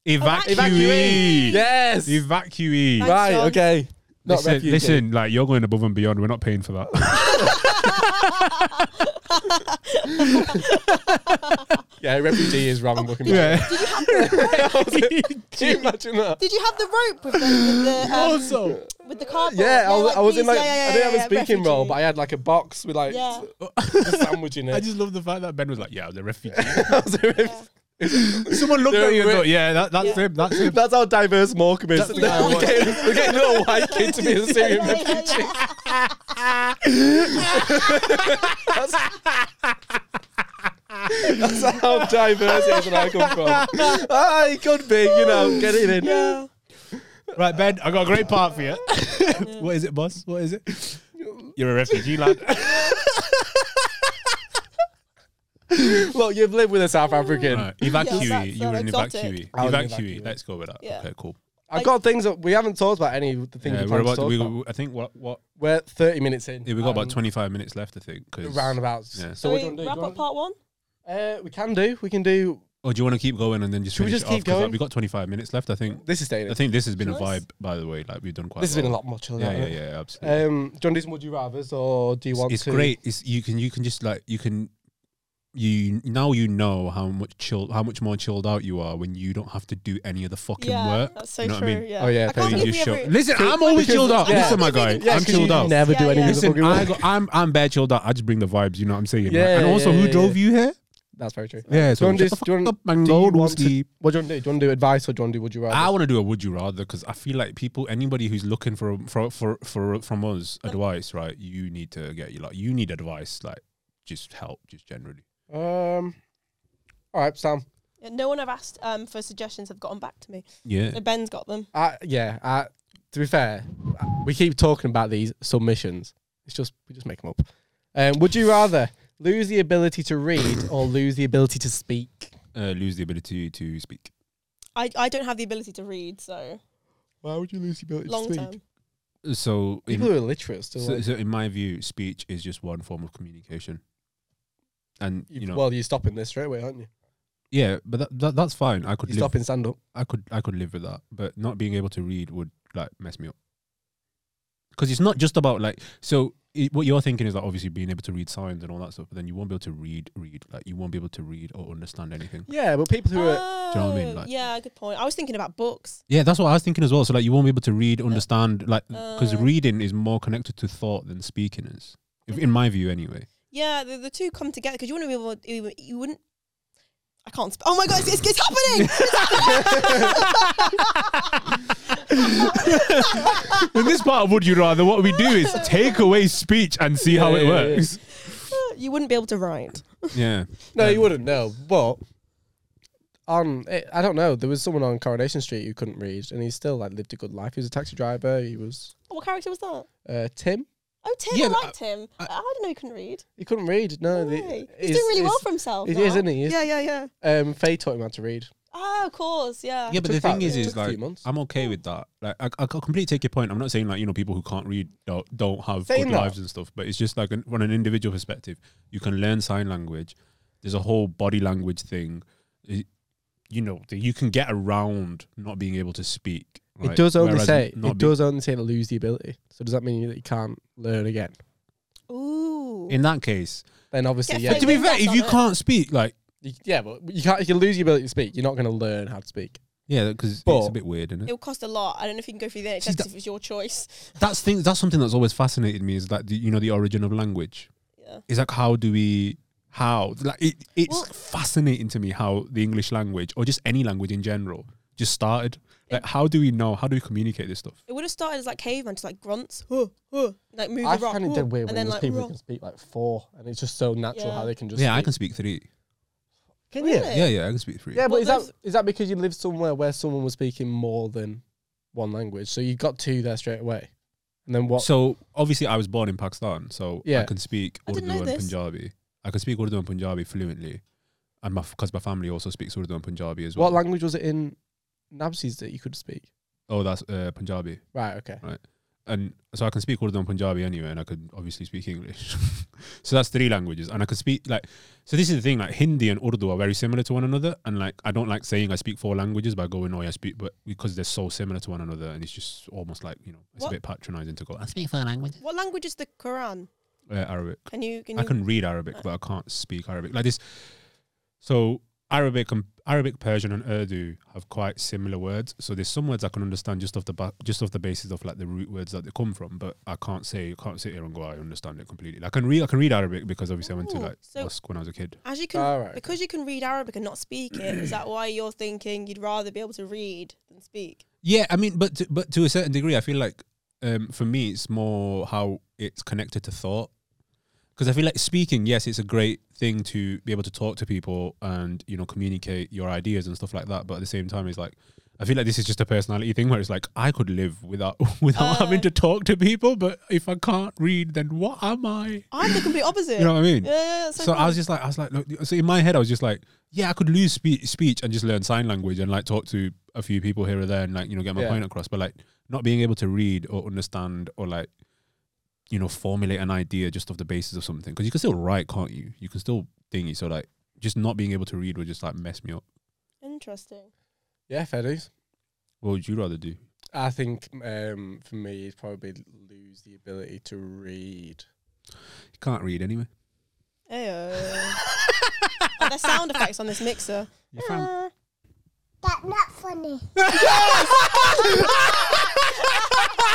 Evacuate.
Evacuate.
Evacuate.
yes.
Evacuate.
Thanks,
right.
John.
Okay. Not
Listen,
refugee.
listen, like you're going above and beyond. We're not paying for that.
Yeah, refugee is wrong. Looking back.
yeah.
Can you imagine that?
Did you have the rope with the, with the, um,
Also,
with the cardboard?
Yeah, I was, I was in
please,
like
Oh, yeah, yeah,
I didn't
yeah,
have a
yeah,
speaking role,
refugee.
but I had like a box with like
Yeah.
a sandwich in
I
it.
just love the fact that Ben was like, "Yeah, I was a refugee."
That was a ref-
Someone looked at me and thought, "Yeah, that, that's
Yeah.
him. That's him."
That's how diverse Morecambe is.
That's the guy I
We're
want.
getting, we're getting little white kid to be a Syrian
Yeah, yeah,
refugee.
yeah, yeah.
That's how diverse it is where I come from. Ah, it could be, you know, get it in.
Yeah.
Right, Ben, I got a great part for you. what is it, boss? What is it? You're a refugee, lad.
Look, you've lived with a South African.
Right, evacuate.
Yeah, that's
you were
so
an
exotic.
evacuee.
I was an
Evacuee.
evacuee.
Let's go with that.
Yeah.
Okay, cool.
I've got things that we haven't talked about any of the things
Yeah,
we
we're
planned
about.
to talk
We,
about.
we, I think what what
We're 30 minutes in.
yeah, we got about
Um,
twenty five minutes left. I think. 'cause-
roundabouts.
Yeah.
So,
Shall
what do you want
we
to do?
wrap
Do you wanna-
up part one?
Uh, we can do. We can do.
Or Oh, do you want to keep going and then just
Should we
finish
just
it off?
keep
'Cause, like,
going?
we got 25 minutes left. I think.
This is staying.
I
in.
think this has been a
Nice.
vibe, by the way. Like we've done quite.
This has
well.
been a lot more chill.
Yeah,
hasn't
yeah,
it?
yeah, absolutely.
Um, do you want to do some would you rather's or do you want
it's
to?
great. It's you can you can just like you can. You now you know how much chill how much more chilled out you are when you don't have to do any of the fucking
yeah,
work.
that's so
you know what
true.
I mean?
Yeah.
Oh, yeah,
I
So
can't
you
thank
believe we
just
ever.
chill. Listen, I'm always
because-
chilled out.
yeah.
Listen, my guy,
Yeah,
I'm
'cause
chilled
you
out.
Never do
Yeah,
anything.
yeah.
with the
Listen,
fucking
I
world.
got, I'm I'm bad chilled out. I just bring the vibes. You know what I'm saying? like,
Yeah,
and also,
yeah,
who
yeah,
drove you here?
That's very true.
Yeah. So
Do you want
shut
to
the
do- do you
fuck
want-
up and
do you
go to
want to-
sleep.
What do you want to do? Do you want to do advice or do you want to do would you rather?
I want to do a would you rather because I feel like people, anybody who's looking for for for, for from us advice, right? You need to get you like you need advice, like just help, just generally.
um. All right, Sam.
Yeah, No one I've asked um, for suggestions have gotten back to me.
Yeah,
So Ben's got them.
I, yeah. I, to be fair, we keep talking about these submissions. It's just we just make them up. Um, would you rather lose the ability to read or lose the ability to speak?
uh, lose the ability to speak.
I, I don't have the ability to read, so
Why would you lose the ability
long term.
So,
People
in,
who are literate still.
so,
like,
so in my view, speech is just one form of communication, and
you-
you know,
well, you're stopping this straight away, aren't you?
yeah, but that, that that's fine. I could
You're
live,
stopping stand up.
I could I could live with that, but not being able to read would like mess me up. Because it's not just about like so. It, what you're thinking is like obviously being able to read signs and all that stuff, but then you won't be able to read, read like you won't be able to read or understand anything.
Yeah, but people who are
Do you know what I mean?
Oh,
Like-
yeah, good point. I was thinking about books.
Yeah, that's what I was thinking as well. So like you won't be able to read, understand, like because
Uh.
reading is more connected to thought than speaking is, if, in my view anyway.
Yeah, the, the two come together because you wouldn't be able. You, you wouldn't. I can't. Sp- oh my god, it's, it's, it's happening!
In this part of Would You Rather, what we do is take away speech and see
how it works.
you wouldn't be able to write.
Yeah,
No,
Um,
you wouldn't know. But on, eh, I don't know. There was someone on Coronation Street who couldn't read, and he still like lived a good life. He was a taxi driver. He was
What character was that?
uh, Tim.
Oh, Tim,
Yeah,
I
but I-
liked him. I,
I-
didn't know he couldn't read.
He couldn't read. No, the-
Hey, He's
it's-
doing really well
it's-
for himself.
It
now.
is, isn't he?
Yeah, yeah, yeah.
Um, Faye taught him how to read.
Oh, of course, yeah.
Yeah, but
Took
the thing
about-
is, is
it took a few
like
months.
I'm okay with that. Like, I, I completely take your point. I'm not saying like you know people who can't read don't, don't have
Saying
good
that.
lives and stuff, but it's just like an, on an individual perspective, you can learn sign language. There's a whole body language thing, y- you know, that you can get around not being able to speak.
it
right?
does only
Whereas
say
not
it
being-
does only say to lose the ability. So does that mean that you can't learn again?
Ooh.
in that case.
Then obviously, yeah,
Yeah,
But to be
think
fair,
that's
if
on
you
it.
can't speak, like
you, yeah, but you can't. You can lose your ability to speak. You're not going to learn how to speak.
yeah, because it's
But-
a bit weird, isn't it?
It would cost a lot. I don't know if you can go through the NHS
See,
'cause
that-
if it's your choice.
That's thing. That's something that's always fascinated me is like the, you know the origin of language.
Yeah.
It's like how do we how like it, it's
Well-
fascinating to me how the english language or just any language in general just started like how do we know how do we communicate this stuff
It would have started as like caveman, just like grunts, huh, huh, like move
I
the rock,
find it
huh,
dead weird
and
when
then
there's
like
people who
rock.
can speak like four, and it's just so natural
Yeah.
how they can just.
yeah i can
speak.
speak three
Can
Really?
you?
yeah yeah i can speak three
Yeah, but
Well,
is that
those-
is that because you live somewhere where someone was speaking more than one language? So you got two there straight away, and then what?
so obviously i was born in pakistan so i
Yeah.
can speak
I
urdu
didn't know
and
this.
punjabi i can speak urdu and punjabi fluently and my because my family also speaks urdu and punjabi as well
what language was it in Nabsies that you could speak?
oh that's uh, punjabi
Right. Okay.
and so I can speak Urdu and Punjabi anyway, and I could obviously speak English. so that's three languages, and I could speak like. So this is the thing: like Hindi and Urdu are very similar to one another, and like I don't like saying I speak four languages by going, "Oh, yeah, I speak," but because they're so similar to one another, and it's just almost like you know, it's
What-
a bit patronizing to go. I speak
What language is the Quran?
uh, Arabic.
Can you? Can you?
I can read Arabic, but I can't speak Arabic like this. So Arabic, and Arabic, Persian, and Urdu have quite similar words. So there's some words I can understand just off the ba- just off the basis of like the root words that they come from, but I can't say can't sit here and go I understand it completely. Like, I can read I can read Arabic because obviously I went to
Ooh,
like
so-
mosque when I was a kid.
As you can,
All right.
because you can read Arabic and not speak it, is that why you're thinking you'd rather be able to read than speak?
Yeah, I mean, but to, but to a certain degree, I feel like um, for me, it's more how it's connected to thought. Because I feel like speaking, yes, it's a great thing to be able to talk to people and you know communicate your ideas and stuff like that. But at the same time, it's like I feel like this is just a personality thing where it's like I could live without without
Uh.
having to talk to people, but if I can't read, then what am I?
I'm the complete opposite.
You know what I mean?
yeah, yeah, yeah, so,
so I
cool.
was just like, I was like, look, so in my head, I was just like, yeah, I could lose spe- speech and just learn sign language and like talk to a few people here or there and like, you know, get my
Yeah.
point across. But like, not being able to read or understand or like, you know, formulate an idea just off the basis of something. Cause you can still write, can't you? You can still thingy. So like, just not being able to read would just like mess me up.
interesting.
Yeah, fair dues.
What would you rather do?
I think um, for me, it'd probably lose the ability to read.
You can't read anyway.
Ayo. Oh, the sound effects on this mixer. Ah,
Your fam-
That's not funny.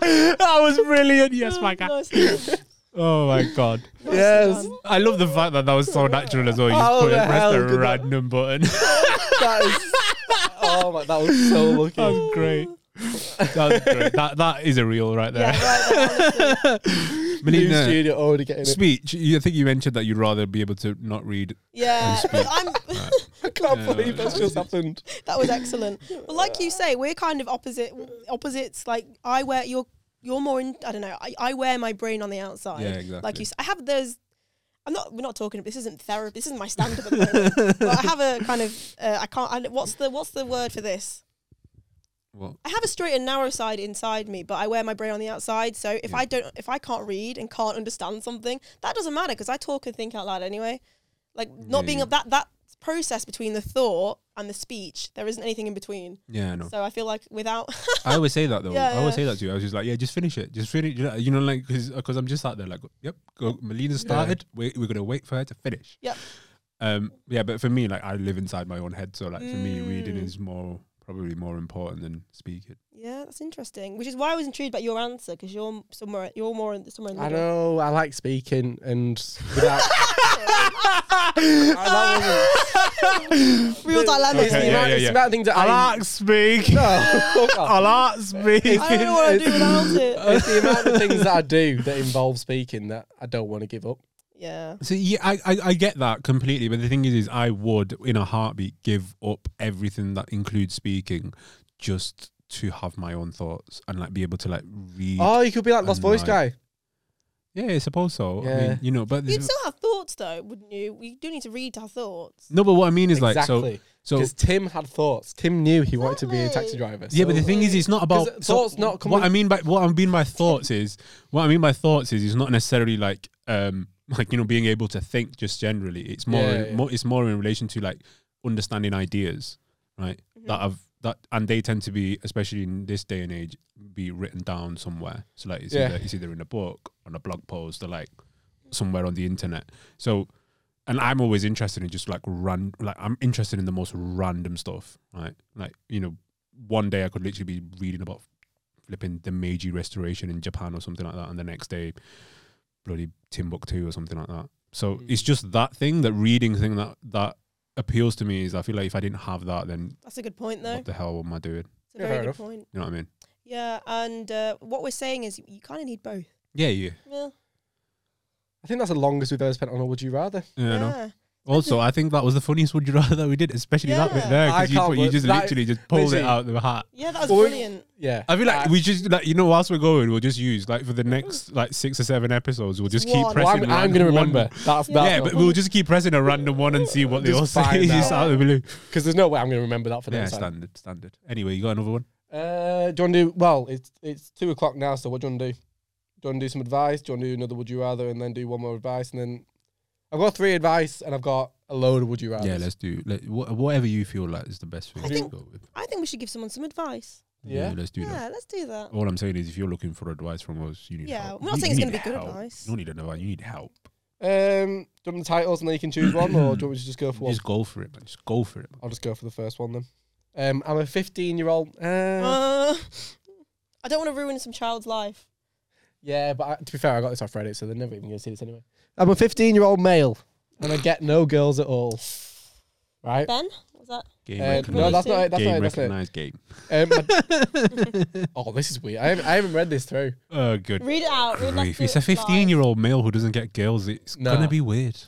that was brilliant. Yes, my God.
Nice done,
Oh my God.
nicely
Yes.
done.
I love the fact that that was so natural as well. You
How
Oh,
just couldn't
the
press
hell
the
could that-
random button.
that is. Oh my! That was so lucky.
That was great. That was great. That that is a reel right there.
Yeah, right, right, honestly.
New
Melina,
studio already getting it.
speech. You, I think you mentioned that you'd rather be able to not read.
Yeah,
speak.
but I'm.
I can't
Yeah.
believe that's just happened.
that was excellent. But like you say, we're kind of opposite opposites. Like I wear you're you're more in. I don't know. I, I wear my brain on the outside.
Yeah, exactly.
Like you, s- I have those. I'm not. We're not talking. This isn't therapy. This isn't my stand-up. at the moment. but I have a kind of. Uh, I can't. I, what's the What's the word for this?
Well,
I have a straight and narrow side inside me, but I wear my brain on the outside. So if
Yeah.
I don't, if I can't read and can't understand something, that doesn't matter because I talk and think out loud anyway. Like not being
Yeah.
that that process between the thought and the speech, there isn't anything in between.
yeah, I know.
So I feel like without,
I always say that though.
Yeah,
I always
yeah.
say that to you. I was just like, yeah, just finish it. Just finish. You know, you know like because I'm just out there like, yep, go. Melina started. We're, we're gonna wait for her to finish.
Yep.
Um. Yeah, but for me, like, I live inside my own head. So like, for me, reading
Mm.
is more probably more important than speaking.
yeah, that's interesting. Which is why I was intrigued about your answer because you're somewhere, you're more in, somewhere in the
I
middle.
know. I like speaking and without. I
Real dilemma.
It's, the
Okay, yeah,
amount-
yeah,
it's
yeah.
the amount of things that I.
speak.
No, fuck off.
like speak.
I don't know what I'd do without it.
it's the amount of things that I do that involve speaking that I don't want to give up.
Yeah.
So yeah, I, I, I get that completely, but the thing is, is I would in a heartbeat give up everything that includes speaking, just to have my own thoughts and like be able to like read.
Oh, you could be like Lost
And
Voice
like-
guy.
Yeah, I suppose so. I
Yeah.
mean, you know, but
You'd
there's,
still have thoughts though, wouldn't you? We do need to read our thoughts.
no, but what I mean is like
exactly.
so so
Because Tim had thoughts. Tim knew he wanted to be a taxi
Exactly.
driver.
yeah, but
so-
the thing is, it's not about
'Cause
so
thoughts not
What
coming-
I mean by what I mean by thoughts is what I mean by thoughts is it's not necessarily like um like you know being able to think just generally. It's more,
Yeah,
in-
yeah.
more it's more in relation to like understanding ideas, right?
Mm-hmm.
Mm-hmm.
That have that and they tend to be especially in this day and age be written down somewhere. So like it's
Yeah.
either it's either in a book, on a blog post, or like somewhere on the internet. So and I'm always interested in just like ran like I'm interested in the most random stuff, right? Like you know, one day I could literally be reading about flipping the Meiji Restoration in Japan or something like that, and the next day, bloody Timbuktu or something like that. So
Mm.
it's just that thing, that reading thing that that appeals to me. Is I feel like if I didn't have that, then
That's a good point though.
what the hell am I doing?
It's a
Yeah,
very
fair
good
enough.
point.
You know what I mean?
Yeah, and uh, what we're saying is you kind of need both.
Yeah, yeah.
Yeah.
I think that's the longest we've ever spent on a Would You Rather.
Yeah, I know.
yeah.
Also, I think that was the funniest would you rather that we did, especially that bit
Yeah.
there,
I
because
can't
you, you
believe-
just
that-
literally just pulled it
literally-
out of the hat.
Yeah, that was
Well, we-
brilliant.
Yeah.
I feel like
Uh,
we just like you know whilst we're going, we'll just use like for the next like six or seven episodes, we'll just keep
One.
pressing.
Well,
I'm,
ran-
I'm going to
one-
remember. That's that.
yeah, but we'll just keep pressing a random one and see what they all
Just
say.
find
Just
out.
out of the blue.
Because there's no way I'm going to remember that for
Yeah,
next time.
standard, standard. Anyway, you got another one?
Uh, do you want to do? Well, it's it's two o'clock now. So what do you want to do? Do you want to do some advice? Do you want to do another Would You Rather, and then do one more advice, and then I've got three advice, and I've got a load of Would You Rather.
Yeah, let's do let, wh- whatever you feel like is the best thing
I
to
think-
go with.
I think we should give someone some advice.
Yeah,
Yeah.
let's do that.
Yeah, let's do that.
All I'm saying is, if you're looking for advice from us, you need
Yeah,
help.
we're not
You-
saying it's
you
gonna
need
be good
help.
advice.
You don't need advice. You need help.
Um, do you want the titles, and then you can choose one, or do you want me to just go for one?
Just go for it, man. Just go for it. Man.
I'll just go for the first one then. Um, I'm a 15 year old. Uh,
Uh, I don't want to ruin some child's life.
yeah, but I, to be fair, I got this off Reddit, so they're never even going to see this anyway. I'm a 15 year old male, and I get no girls at all. Right?
Ben, what's that?
Game
Uh,
recognized.
no, that's not it. That's
game
not it. That's not it.
recognized. Game.
Um, my- oh, this is weird. I haven't, I haven't read this through.
Oh, good.
Read it out. Read
grief. It's a 15 year old male who doesn't get girls. It's
Nah.
gonna be weird.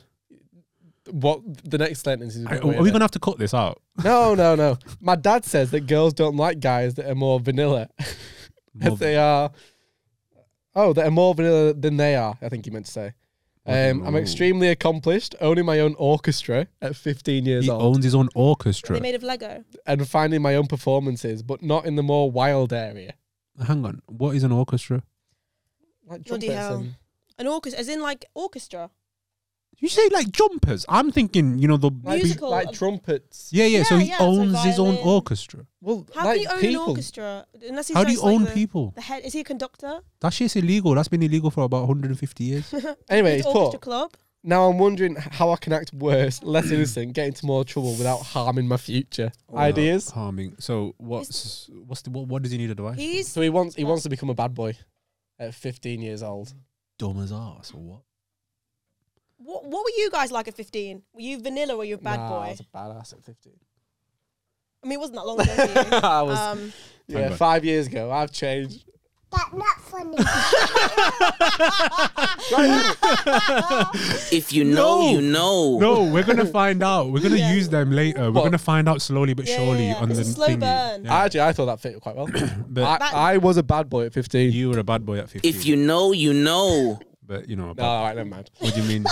What the next sentence is? a
Are,
bit
are we
weirder.
gonna have to cut this out?
No, no, no. My dad says that girls don't like guys that are more vanilla.
More-
if they are, oh, that are more vanilla than they are. I think you meant to say. Um, I'm
Ooh.
extremely accomplished, owning my own orchestra at 15 years
He
old,
owns his own orchestra.
They made of Lego.
and finding my own performances, but not in the more wild area.
Hang on. What is an orchestra?
Like
Bloody
trumpets
hell.
and-
An orchestra, as in like orchestra.
You say like jumpers. I'm thinking, you know, the
like,
Musical.
like trumpets.
Yeah, yeah. so
Yeah,
he
yeah, so
owns his own
violin.
orchestra.
Well,
How
like
can you own
people.
an orchestra? Unless he's
How do you
just, like,
own
the,
people?
The head. Is he a conductor?
That shit's illegal. That's been illegal for about 150 years.
Anyway,
He's
he's poor.
orchestra club.
Now I'm wondering how I can act worse, less innocent, get into more trouble without harming my future. Ideas.
Without harming. So what's what's the, what, what does he need advice?
He's
So he wants he wants to become a bad boy at 15 years old.
Dumb as ass or what?
what? What were you guys like at fifteen? Were you vanilla? or Were you a bad
Nah, I
boy?
was a badass at 15.
I mean, it wasn't that long ago. for you.
I was
um,
Hang
yeah,
on.
five years ago. I've changed.
That not funny.
If you know,
No.
you know.
No, we're gonna find out. We're gonna
Yeah.
use them later. We're
What?
gonna find out slowly but
Yeah,
surely
yeah, yeah.
on
It's
the
a slow
thingy.
burn.
Yeah.
Actually, I thought that fit quite well.
but
That-
I, I was a bad boy at 15.
you were a bad boy at 15.
If you know, you know.
but you know, a
no,
bad-
all right, never mind.
what do you mean?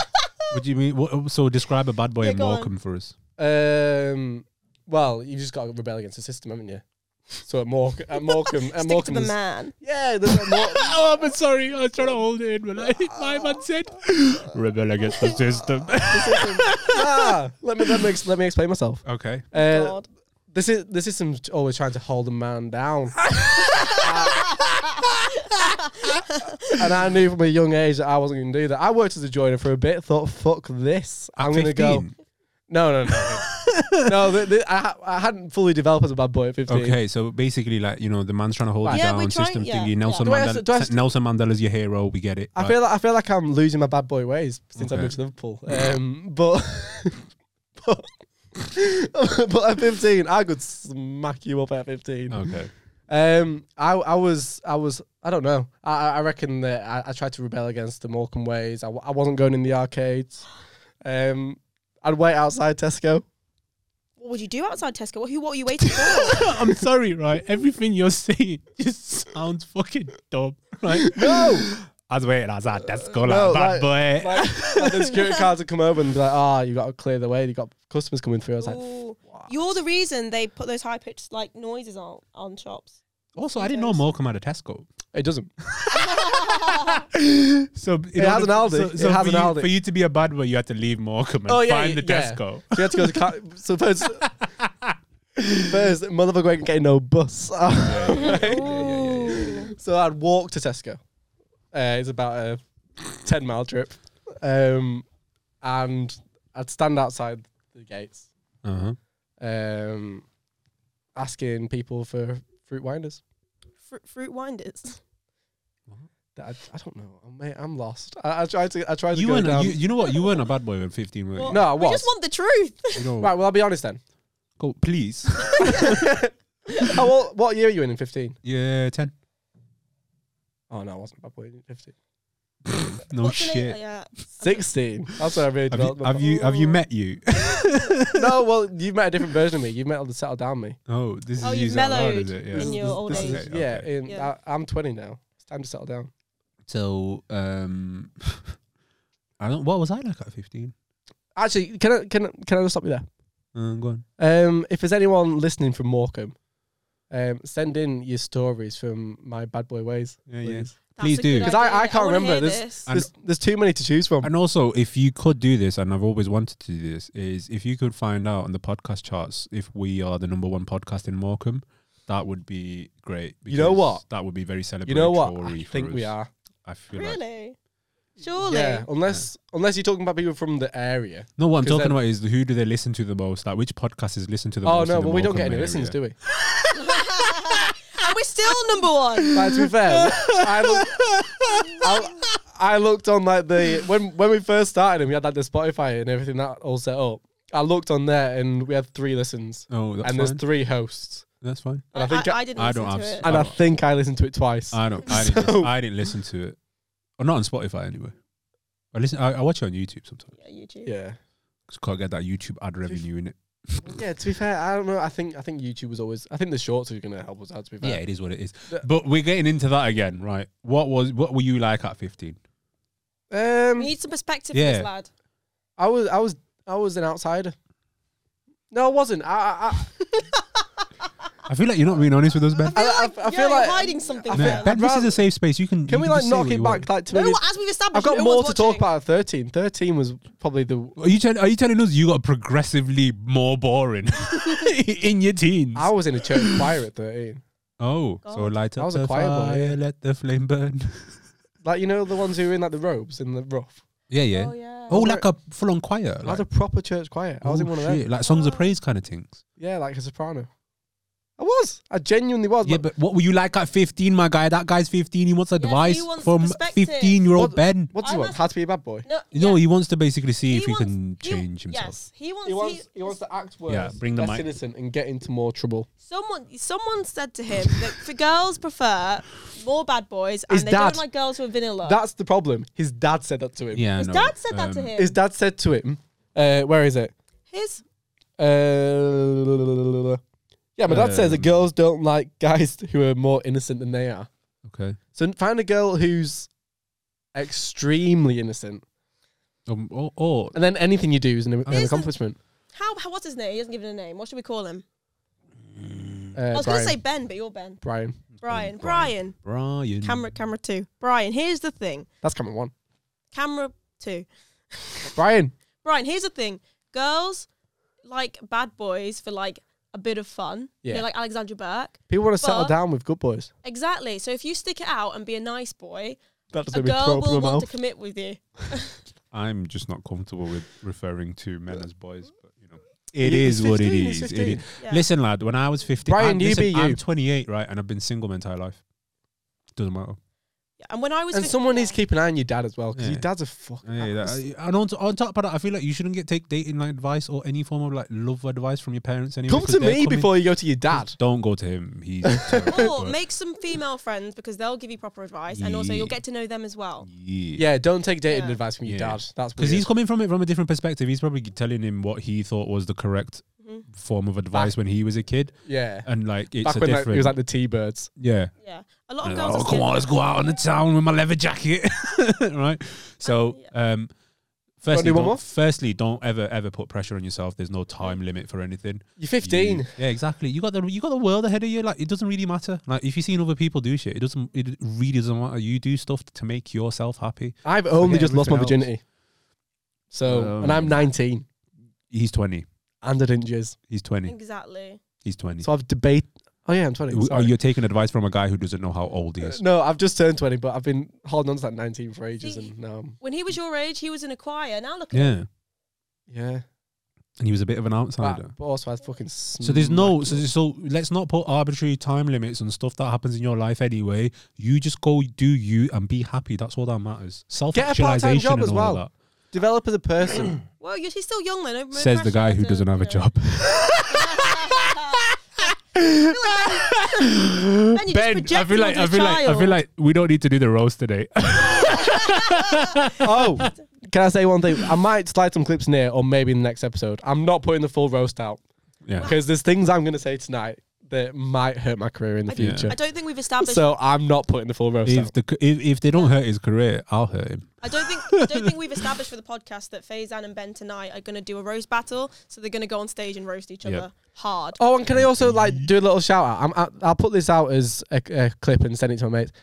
what do you mean? What, uh, so describe a bad boy
Yeah,
and
go on.
welcome for us.
Um, well, you just got to rebel against the system, haven't you? So at, Mor- at Morecambe, at
stick to
Morecambe,
the
there's-
man.
yeah, there's a Mor-
Oh, I'm sorry. I was trying to hold it in, but I, my man said, "Rebel against the system."
ah, let me let me, ex- let me explain myself.
okay.
Uh,
God.
this is the system's always trying to hold a man down. and I knew from a young age that I wasn't going to do that. I worked as a joiner for a bit. Thought, fuck this, I'm going to go.
15?
No, no, no, no. no the, the, I, ha- I hadn't fully developed as a bad boy at 15.
Okay, so basically, like you know, the man's trying to hold you
Yeah, we're
down,
trying-
system
yeah,
thingy. Nelson
yeah. Do I have
Mandela.
to- do I have to-
Nelson Mandela's your hero. We get it.
I
right?
feel like, I feel like I'm losing my bad boy ways since I
Okay.
moved to Liverpool. Um, but, but but at 15, I could smack you up at 15.
Okay.
Um, I I was I was I don't know. I I- I reckon that I, I tried to rebel against the Morecambe ways. I, w- I wasn't going in the arcades. Um, I'd wait outside Tesco.
What would you do outside Tesco? What, who? What were you waiting for?
I'm sorry, right? Everything you're saying just sounds fucking dumb, right?
No,
I was waiting. I was like, "Let's go,
No,
like, bad boy."
Like, like the security guards would come over and be like, "Ah, you got to clear the way. You got customers coming through." I was like,
Ooh. You're the reason they put those high pitched like noises on on shops.
also, I didn't know Morecambe had a Tesco.
"It doesn't."
So it,
has an Aldi. It has
for
an
you,
Aldi.
For you to be a bad boy, you had to leave Morecambe and
Oh, yeah,
find the
yeah.
Tesco.
So you had to go to car- so first, first motherfucker ain't getting no bus.
Ooh.
so I'd walk to Tesco. Uh, it's about a ten mile trip, um, and I'd stand outside the gates,
Uh-huh.
um, asking people for fruit winders.
Fru fruit winders.
That I, I don't know, oh, mate. I'm lost. I, I tried to. I tried to
You
go
weren't. a-
down.
You, you know what? You weren't a bad boy when fifteen. Were you?
Well,
no, I
We
was.
just want the truth.
You know,
Right. Well, I'll be honest then.
go, please.
How old, What year were you in? In fifteen?
yeah, ten.
Oh no, I wasn't. I was in fifteen.
No
What's the name-
shit.
Yeah.
Sixteen. That's what I really
Have you,
developed my
have you have you met you?
no, well, you've met a different version of me. You've met the settle down me.
Oh, this
Oh,
is
you've
you out loud,
mellowed
is it? Yeah.
in your old
this is
age.
it,
yeah,
okay.
in,
Yeah.
I, I'm 20 now. It's time to settle down.
So, um, I don't. What was I like at fifteen?
Actually, can I can I, can I just stop you there?
Uh, go on.
Um, if there's anyone listening from Morecambe, um, send in your stories from my bad boy ways.
Yeah, yeah.
please.
That's
Please
a
do.
good
'Cause I-
idea.
I can't
wanna
remember
hear
this.
And-
There's, there's too many to choose from.
And also, if you could do this, and I've always wanted to do this, is if you could find out on the podcast charts if we are the number one podcast in Morecambe, that would be great.
You know
because
what?
That would be very celebratory.
You know what? I
for
think we
us.
are.
I feel like
Really? Surely.
Yeah, unless unless you're talking about people from the area.
no. What I'm
'Cause
talking
then-
about is who do they listen to the most? Like which podcast is listened to the
oh
most?
no,
in the
well we don't get
Morecambe
any listens, do
area?
we?
And we're still number one.
Like, to be fair, I, look- I, I looked on like the when when we first started and we had like the Spotify and everything that all set up. I looked on there and we had three listens,
Oh, that's
and
fine.
there's three hosts.
that's fine.
And I,
I,
think
I,
I,
didn't
I
listen
don't
to
have-
it.
and I think I listened to it twice.
I don't. I, didn't,
So-
listen, I didn't listen to it. Or not on Spotify anyway. I listen. I, I watch it on YouTube sometimes.
yeah, YouTube.
yeah,
'Cause can't get that YouTube ad revenue in it.
yeah. To be fair, I don't know. I think I think YouTube was always. I think the shorts are going to help us out. To be
Yeah,
fair,
it is what it is.
The-
But we're getting into that again, right? What was what were you like at fifteen?
We
Um,
need some perspective for
Yeah.
this lad.
I was I was I was an outsider. No, I wasn't. I I,
I feel like you're not being honest with us, Ben.
I, I, I,
yeah,
I feel like
you're hiding something.
I
No,
feel-
here.
I'd
ben, this is
rather-
a safe space. You can.
Can
you
we
can
like
say what
knock
you
it
want.
back like to
No,
maybe?
as we've established,
I've got
no
more
one's
to talk
watching.
about. at Thirteen. Thirteen was probably the.
Are you, tell, are you telling us you got progressively more boring in your teens?
I was in a church choir at thirteen.
oh, so
God.
light
I
up
was a
the
choir boy,
fire,
yeah.
let the flame burn.
Like you know the ones who were in like the robes in the rough.
yeah, yeah.
Oh, yeah.
Oh, like a full on choir.
I had
like-
a proper church choir. I was
oh,
in one of
shit,
them.
Like songs of
Oh.
praise kind of things.
Yeah, like a soprano. I was. I genuinely was.
Yeah,
but
but what were you like at 15, my guy? That guy's 15. He wants advice
he wants
from
perspective.
15 year old
What-
Ben.
what do
I
you want?
must-
How to be a bad boy?
No,
No,
yeah.
he wants to basically see if he
wants-
can
he-
change himself.
Yes, he wants.
He wants.
he-
He wants to act worse.
Yeah, bring the
less
mic.
innocent and get into more trouble.
someone, someone said to him that for girls prefer more bad boys, and
His
they
dad.
don't like girls who are vanilla.
That's the problem. His dad said that to him.
Yeah, I
His
know.
dad said that to
Um,
him.
His dad said to him, uh, "Where is it?"
His
Uh, yeah, my dad says that
Um,
girls don't like guys who are more innocent than they are.
Okay.
So find a girl who's extremely innocent,
Um, or, or
and then anything you do is an, an
Isn't-
accomplishment.
how, how? What's his name? He hasn't given a name. What should we call him?
Uh,
I
Brian.
was going to say Ben, but you're Ben.
Brian.
Brian.
Brian. Mm.
Brian.
Brian.
Camera. Camera two. Brian. Here's the thing.
That's coming one.
Camera two.
Brian.
Brian, here's the thing. Girls like bad boys for like a bit of fun. You know,
Yeah.
like Alexandra Burke.
People want to settle
But-
down with good boys.
Exactly. So if you stick it out and be a nice boy,
That doesn't
a
mean throw up
girl
in
will
the
want to
mouth.
commit with you.
I'm just not comfortable with referring to men as boys, but you know. it
He's
is what it
15,
is.
he's
It
15.
is.
Yeah.
Listen, lad, when I was 15,
Brian,
I'm,
you
listen,
be
I'm
you.
28, right? And I've been single my entire life. Doesn't matter.
And when I was
And
fif-
someone needs to keep an eye on your dad as well, because
Yeah.
your dad's a fucking.
Yeah,
ass.
that, and on, on top of that, I feel like you shouldn't get take dating like advice or any form of like love advice from your parents anyway.
Come
'cause
to
they're
me
coming-
before you go to your dad.
Don't go to him. He's
or
terrible.
make some female friends because they'll give you proper advice and also you'll get to know them as well.
yeah.
Yeah, don't take dating
Yeah.
advice from your
Yeah.
dad. That's
Because he's
weird.
coming from it from a different perspective. He's probably telling him what he thought was the correct
Mm-hmm.
form of advice when he was a kid,
Yeah.
and like it's
Back
a
when like,
different.
it was like the T-Birds.
yeah.
Yeah, a lot
And
of
they're like,
girls. are
oh, come
scared-
on, let's go out on the town with my leather jacket, right?
Oh,
So, um, firstly,
do one
don't,
more?
firstly, don't ever ever put pressure on yourself. There's no time limit for anything.
You're 15.
You- Mm. yeah, exactly. You got the you got the world ahead of you. Like it doesn't really matter. Like if you've seen other people do shit, it doesn't. It really doesn't matter. You do stuff to make yourself happy.
I've only
Forget
just lost my
everything else.
virginity. So,
Um,
and I'm 19
He's twenty.
and I didn't jizz.
He's twenty.
Exactly.
He's twenty.
So I've debate. Oh yeah, I'm 20.
Are
sorry.
you taking advice from a guy who doesn't know how old he
Uh,
is?
No, I've just turned 20, but I've been holding on to that 19 for ages,
See-
and now I'm
When he was your age, he was in a choir. Now look at
Yeah,
yeah.
and he was a bit of an outsider.
But, but also, I fucking.
So there's no so,
smacked
so let's not put arbitrary time limits on stuff that happens in your life anyway. You just go do you and be happy. That's all that matters. Self
part-time
actualization
job
and
as
all
well.
that.
it. develop as a person.
Well, you're, he's still young then. no- no
Says the
pressure
guy who
to,
doesn't have a
you know.
job.
Then you just project it onto a child.
we don't need to do the roast today.
oh, can I say one thing? I might slide some clips in here, or maybe in the next episode. I'm not putting the full roast out
yeah.
because there's things I'm gonna say tonight that might hurt my career in the
I do-
future.
I don't think we've established.
So I'm not putting the full roast
If
out.
the c- if, if they don't hurt his career, I'll hurt him.
I don't think. I don't think we've established for the podcast that Faizan and Ben tonight are going to do a roast battle. So they're going to go on stage and roast each
Yep.
other hard.
Oh, and can I also like do a little shout out? I'm, I, I'll put this out as a, a clip and send it to my mates.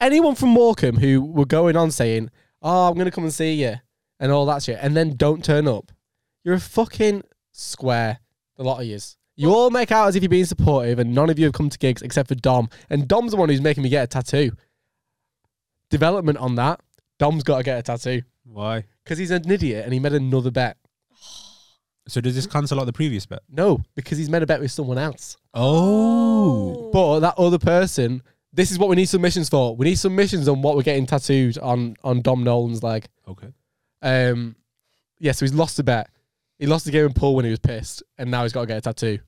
Anyone from Morecambe who were going on saying, "Oh, I'm gonna come and see you," and all that shit, and then don't turn up, you're a fucking square. The lot of yous. You all make out as if you're being supportive, and none of you have come to gigs except for Dom. And Dom's the one who's making me get a tattoo. Development on that. Dom's got to get a tattoo
Why?
because he's an idiot and he made another bet.
So does this cancel out the previous bet?
No, because he's made a bet with someone else.
Oh.
But that other person, this is what we need submissions for. We need submissions on what we're getting tattooed on on Dom Nolan's leg.
Oh. Okay.
Um, yeah, so he's lost a bet. He lost the game in pool when he was pissed, and now he's got to get a tattoo.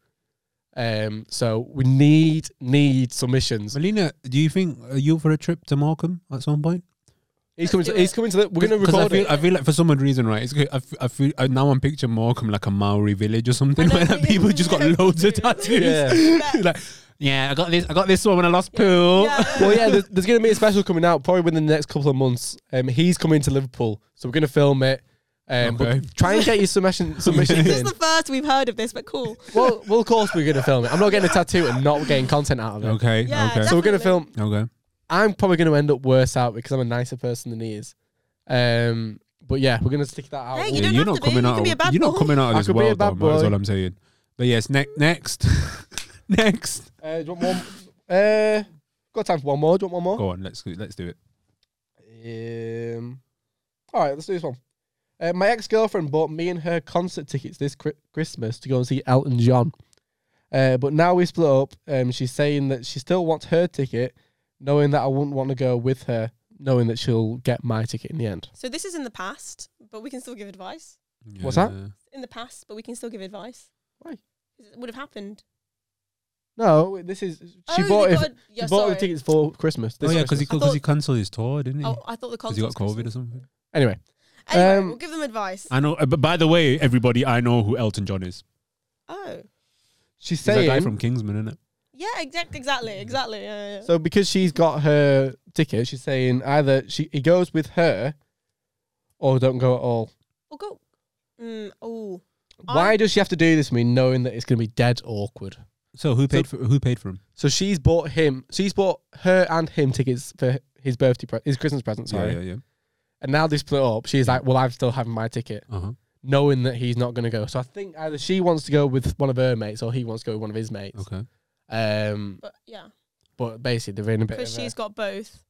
Um, so we need need submissions.
Melina, do you think are you for a trip to Morecambe at some point?
He's coming.
do
To,
it.
he's coming to. The, we're gonna
Because I
record
feel,
it.
I feel like for some odd reason, right? It's good. I, f- I feel I, now I'm picturing Morecambe like a Maori village or something
I know,
where like,
yeah,
people just got
yeah.
loads of tattoos.
Yeah.
like, yeah, I got this. I got this one when I lost pool.
Yeah.
Well, yeah, there's, there's gonna be a special coming out probably within the next couple of months. Um, he's coming to Liverpool, so we're gonna film it. Um,
Okay.
but try and get your submission submissions
This is
in.
the first we've heard of this, but cool.
well, well, of course we're gonna film it. I'm not getting a tattoo and not getting content out of it.
Okay.
Yeah,
okay.
So we're gonna
Definitely.
film.
okay.
I'm probably gonna end up worse out because I'm a nicer person than he is. Um, but yeah, we're gonna stick that out.
Hey, You
Yeah,
don't
you're
have
not
to be.
coming
You
out.
can be a
of,
bad
you're not
boy.
coming out of
I
this
could be a
world. Though,
bad
man, that's
boy.
all I'm saying. But yes, ne- next, next.
Uh, do you want one? Uh, got time for one more? Do you want one more?
Go on. Let's let's do it.
Um, all right, let's do this one. Uh, my ex girlfriend bought me and her concert tickets this Chri- Christmas to go and see Elton John. Uh, but now we split up. Um, she's saying that she still wants her ticket, knowing that I wouldn't want to go with her, knowing that she'll get my ticket in the end.
So this is in the past, but we can still give advice.
What's that?
Yeah.
In the past, but we can still give advice.
Why?
'Cause It would have happened.
No, this is she
Oh, they
bought it.
got a- yeah,
She bought
sorry.
the tickets for Christmas.
Oh
this
yeah, because he
Christmas.
because he cancelled his tour, didn't he?
Oh, I thought the
Because
concert.
he got
was
COVID or
Christmas.
something.
anyway,
Anyway,
Um,
we'll give them advice.
I know. uh, But by the way, everybody, I know who Elton John is.
oh,
she's
He's that guy
saying
from Kingsman, isn't it?
yeah, exact, exactly, exactly. Yeah, yeah.
so because she's got her ticket, she's saying either she he goes with her, or don't go at all.
We'll go. Oh, Mm, oh,
Why does she have to do this to me, knowing that it's going to be dead awkward?
So who paid for who paid for him?
So she's bought him. She's bought her and him tickets for his birthday, pre- his Christmas present. Sorry.
yeah, yeah.
And now they split up. She's like, "Well, I'm still having my ticket,
Uh huh.
knowing that he's not going to go." So I think either she wants to go with one of her mates, or he wants to go with one of his mates.
Okay.
Um,
but yeah,
but basically, they're in a bit.
because
of a-
she's got both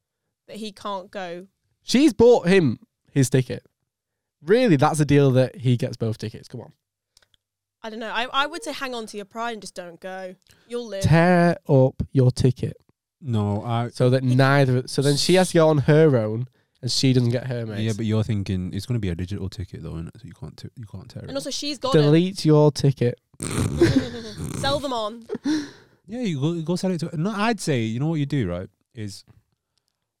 that he can't go.
She's bought him his ticket. Really, that's a deal that he gets both tickets. Come on.
I don't know. I, I would say hang on to your pride and just don't go. You'll live.
Tear up your ticket
No, I.
so that neither. So then she has to go on her own, and she doesn't get her mates.
Yeah, but you're thinking it's going to be a digital ticket though, innit? so you can't t- you can't tear it.
and also, she's got it.
delete your ticket.
Sell them on.
yeah, you go you go sell it to. No, I'd say you know what you do right is,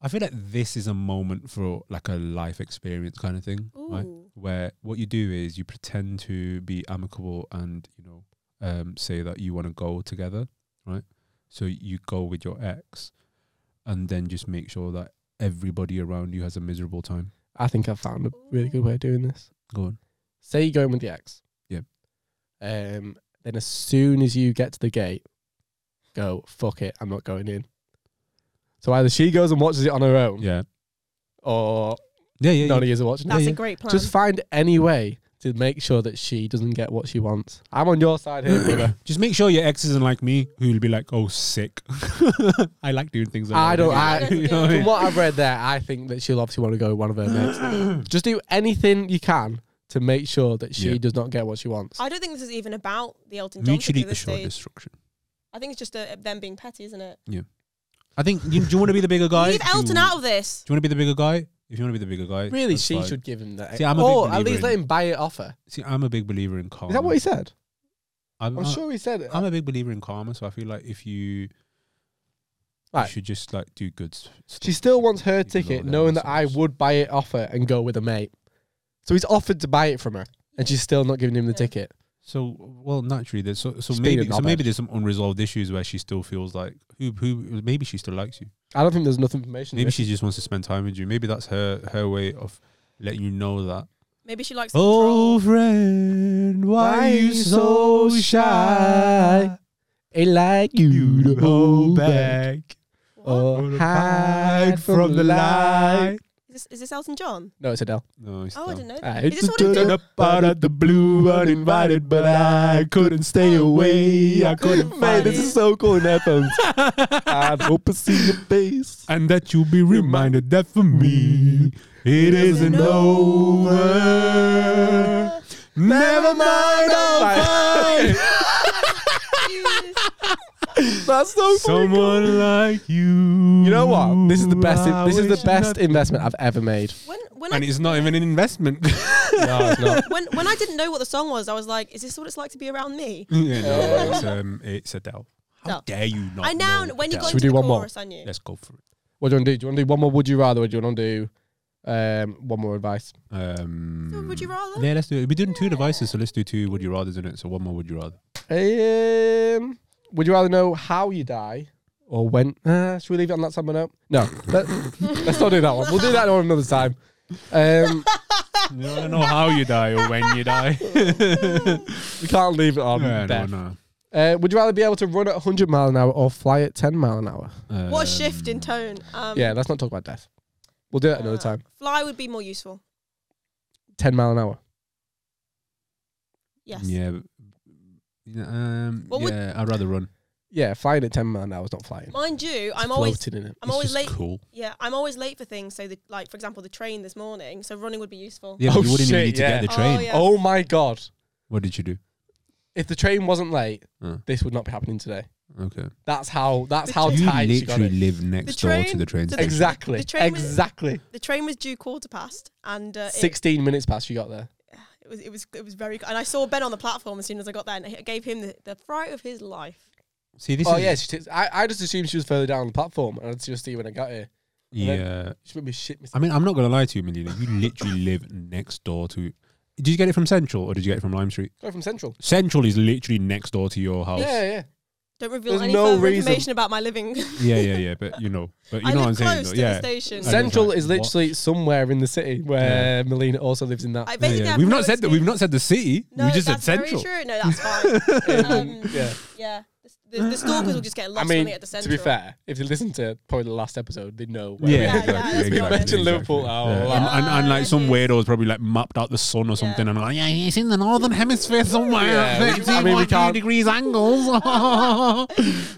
I feel like this is a moment for like a life experience kind of thing, right?
Ooh.
Where what you do is you pretend to be amicable and you know um, say that you want to go together, right? So you go with your ex, and then just make sure that everybody around you has a miserable time.
I think I've found a really good way of doing this.
Go on.
Say you're going with the ex.
Yep.
Um. Then as soon as you get to the gate, go fuck it. I'm not going in. So either she goes and watches it on her own,
Yeah.
or
Yeah. Yeah.
none
yeah.
of yous are watching
That's
it.
a great plan.
Just find any way to make sure that she doesn't get what she wants. I'm on your side here, brother.
Just make sure your ex isn't like me, who'll be like, "Oh, sick." I like doing things.
I don't-
alone.
I-
you know what I
From
mean?
what I've read there, I think that she'll obviously want to go with one of her mates. Just do anything you can to make sure that she
Yeah.
does not get what she wants.
I don't think this is even about the Elton John thing
Mutually
at this
assured
stage.
destruction.
I think it's just uh them being petty, isn't it?
I think. You, do you want to be the bigger guy?
Leave
Do
Elton
you-
out of this.
Do you want to be the bigger guy? If you want to be the bigger guy,
Really,
that's
she
fine.
should give him that.
See, I'm a big
or at
believer
least let
in-
him buy it off her.
See, I'm a big believer in calm.
Is that what he said? Oh,
I'm,
I'm
I-
sure he said it.
I'm a big believer in karma, so I feel like if you,
Right.
you should just like do good. s- Stuff.
She still wants her
You can
ticket,
go there
knowing
and
that I
stuff.
would buy it off her and go with a mate. So he's offered to buy it from her, and she's still not giving him the
Yeah.
ticket.
So well, naturally, there's so, so
Just being a
maybe so
knobhead.
maybe there's some unresolved issues where she still feels like who who maybe she still likes you.
I don't think there's enough information.
Maybe
there.
she just wants to spend time with you. Maybe that's her her way of letting you know that.
Maybe she likes the
Oh
troll.
friend, why, are you so shy?
Ain't like you
You
to hold back
back oh.
What?
or hide from the light.
Is this, is this Elton John?
No, it's Adele.
No, it's
Oh, I
not.
didn't know.
Uh,
that. He just wanted to
Turned
do-
up out of the blue, uninvited, but I couldn't stay away. I couldn't
Man,
find
this
it.
is so cool in headphones. I'd hope to see your face.
And that you'll be reminded that for me, it isn't over.
Uh,
Never mind, I'll find
Jesus.
That's so funny.
someone like you.
You know what? This is the best.
I
This is the
wish
best
nothing-
investment I've ever made.
when when
And
I,
it's not even an investment.
No, it's not.
when when I didn't know what the song was, I was like, "Is this what it's like to be around me?"
yeah, no, it's, um, it's Adele. How
No.
dare you not?
I now
know
when you
Adele.
got
we
into
do
the
one more?
chorus, I knew.
Let's go for it.
What do you want to do? Do you want to do one more? Would you rather? Or do you want to do um, one more advice?
Um,
So would you rather?
Yeah, let's do it. We're doing two devices, so let's do two would you rather's in it. So one more would you rather.
Um, would you rather know how you die or when? Uh, should we leave it on that summer note? No, let, let's not do that one. We'll do that one another time. Um,
You don't wanna know how you die or when you die.
we can't leave it on.
Yeah, no,
death.
no.
Uh, would you rather be able to run at 100 mile an hour or fly at 10 mile an hour?
What a
Um,
shift in tone. Um,
yeah, let's not talk about death. We'll do that another
uh,
time.
Fly would be more useful.
10 mile an hour.
Yes.
Yeah. but- yeah, Um,
What would-
yeah, I'd rather run.
Yeah, flying at 10 mile an hour is not flying.
Mind you,
It's
I'm always
floating in it.
I'm
It's
always
just
late.
Cool.
Yeah, I'm always late for things. So, the, like for example, the train this morning. So running would be useful.
Yeah,
Oh,
but you wouldn't
shit,
even need to get
yeah.
the train.
Oh, yeah.
Oh my god!
What did you do?
If the train wasn't late,
Uh.
this would not be happening today.
Okay.
That's how. That's
The
how
you
tight she got
literally
it.
live next door to
train-
the train
to the-
station.
Exactly.
The train was-
exactly.
The train was due quarter past, and uh, it,
16 minutes past you got there.
it was it was it was very. And I saw Ben on the platform as soon as I got there, and I gave him the, the fright of his life.
See, this
oh,
is
yeah. She t- I, I just assumed she was further down the platform and I'd just see when I got here.
yeah.
She made me shit myself.
I mean, I'm not gonna lie to you, Melina. You literally live next door to. Did you get it from Central or did you get it from Lime Street?
Go from Central.
Central is literally next door to your house.
Yeah, yeah.
Don't reveal
There's
any
no
further
reason.
information about my living.
yeah, yeah, yeah. But you know, but you
I
know what I'm
live
saying.
close
Though.
to
Yeah,
the station.
I don't
Central
like
is literally somewhere in the city where Melina also lives in that.
I
Yeah,
basically
yeah.
have
We've
no
not said that. We've
excuse.
not said the city.
No,
we just said
that's
central.
very true. No, that's fine. um,
yeah.
yeah, the, the, the stalkers will just get
I
lost
mean,
on it at the
to
central.
be fair, if you listen to probably the last episode, they know. Where
Yeah,
we-
exactly,
we
exactly,
mentioned Liverpool. Oh,
Yeah.
wow.
And, and, and like some
Yeah.
weirdos probably like mapped out the sun or something, and like, yeah, it's in the northern hemisphere somewhere.
Yeah,
Yeah,
we- I mean, we can't-
degrees angles.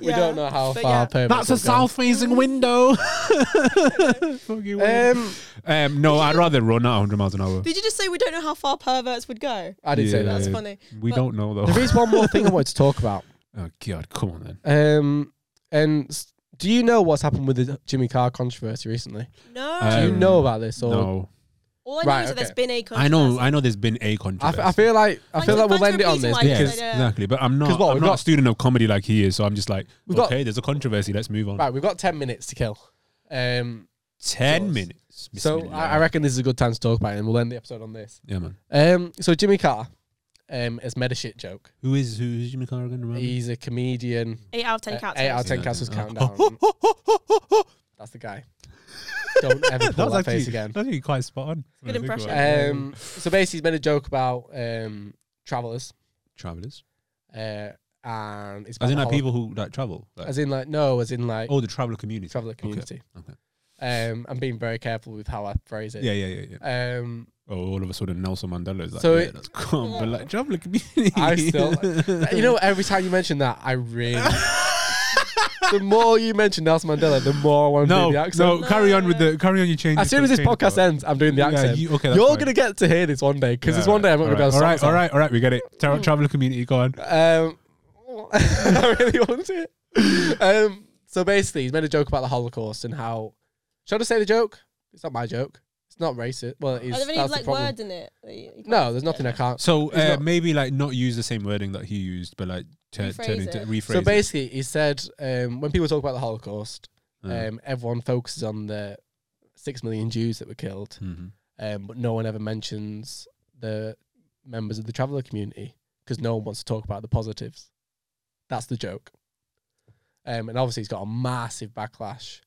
We
Yeah.
don't know how
But
far.
yeah.
Permits
That's a
have gone.
south-facing window. Fucking weird.
Um,
um, no, I'd rather run at 100 miles an hour.
Did you just say we don't know how far perverts would go?
I did say
Yeah.
that.
That's
Uh,
funny.
We
but-
don't know though.
There is one more thing I wanted to talk about.
Oh God, come on then.
Um, and s- do you know what's happened with the Jimmy Carr controversy recently?
No.
Do you
Um,
know about this? Or
no,
All I know
Right,
is that there's
okay.
been a
I know. I know. There's been a
I, f-
controversy.
I feel like I
Like,
feel like
thanks
we'll
for
end it on
repeating
this
why
yeah,
you
because
said it.
exactly. But I'm not.
Because what,
I'm
we've
not
got-
a student of comedy like he is, so I'm just like,
We've got-
okay, there's a controversy. Let's move on.
right, we've got ten minutes to kill. Um,
Ten
Source.
minutes.
so I, I
Bismillah.
reckon this is a good time to talk about it, and we'll end the episode on this.
Yeah, man.
Um, so Jimmy Carr, um, as made a shit joke.
Who is who is Jimmy Carr again? Remember?
He's a comedian.
Eight out of ten
Uh,
cats.
Eight out of ten
Mm. Yeah.
castles countdown.
that
That's the guy. Don't ever pull that, face again.
That's actually quite spot on.
Good impression.
Um, so basically, he's made a joke about um, travelers,
Travelers.
uh, and it's about
As in like
the holo-
people who like travel. Like,
As in like no, as in like
oh, the traveler community.
traveler community.
okay.
Um, I'm being very careful with how I phrase it.
Yeah, yeah, yeah, yeah.
Um,
Oh, all of a sudden Nelson Mandela is like,
So
yeah,
it-
that's calm, but like traveler community.
I still- you know, every time you mention that, I really. the more you mention Nelson Mandela, the more I want to
no,
do the accent.
no, carry on with the carry on your change.
As soon as this podcast ends, I'm doing the accent.
you, okay, that's
You're
fine.
gonna get to hear this one day because
Yeah,
this one day I'm not
all
gonna be able to
right,
stop
All right, all right, we get it. Tra-
Mm.
traveler community, go on.
myself. Um, I really want it. Um, so basically, he's made a joke about the Holocaust and how. Should I just say the joke? It's not my joke. It's not racist. Well, it is.
Are there any
that's the
like
problem.
words in it? that you- you
No,
can't-
there's nothing I can't.
So
He's
uh,
not-
maybe like not use the same wording that he used, but like turn
Rephrase
turn into
it.
rephrase.
So basically, he said um, when people talk about the Holocaust,
it.
um, everyone focuses on the six million Jews that were killed,
hmm
um, but no one ever mentions the members of the traveler community because no one wants to talk about the positives. That's the joke. Um, and obviously, he's got a massive backlash.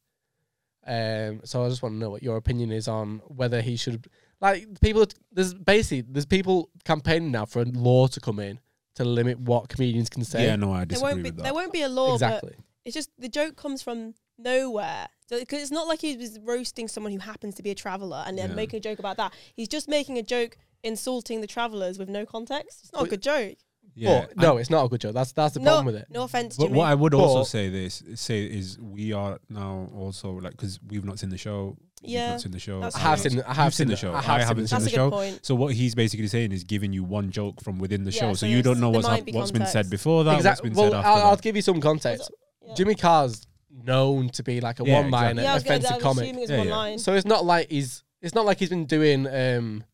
Um, so I just want to know what your opinion is on whether he should like people. There's basically there's people campaigning now for a law to come in to limit what comedians can say.
yeah, no, I
There
disagree
won't be.
with that.
There won't be a law. But
exactly.
it's just the joke comes from nowhere. So because it's not like he was roasting someone who happens to be a traveler and then
Yeah.
making a joke about that. He's just making a joke insulting the travelers with no context. It's not a
But-
good joke.
yeah,
But no, it's not a good joke. That's that's the
no,
problem with it.
no offense,
But
Jimmy.
what I would also
But-
say this say is we are now also like because we've not seen the show. you've
Yeah,
not seen the show.
that's
I
I've
have
true.
seen. I
You've
have
seen the show.
I,
I
have
haven't
seen
seen
the
That's
the
a
show.
good point.
So what he's basically saying is giving you one joke from within the
Yeah,
show, so,
so
you don't know
there
what's
might
hap-
be
what's been
context.
said before that,
Exactly.
what's been
Well,
said after
I'll, I'll
that.
give you some context.
Yeah.
Jimmy Carr's known to be like a
Yeah,
one-liner,
exactly.
yeah, I was gonna say,
offensive
I'm
comic.
assuming it's
Yeah,
one
yeah.
line.
So it's not like he's. It's not like he's been doing. um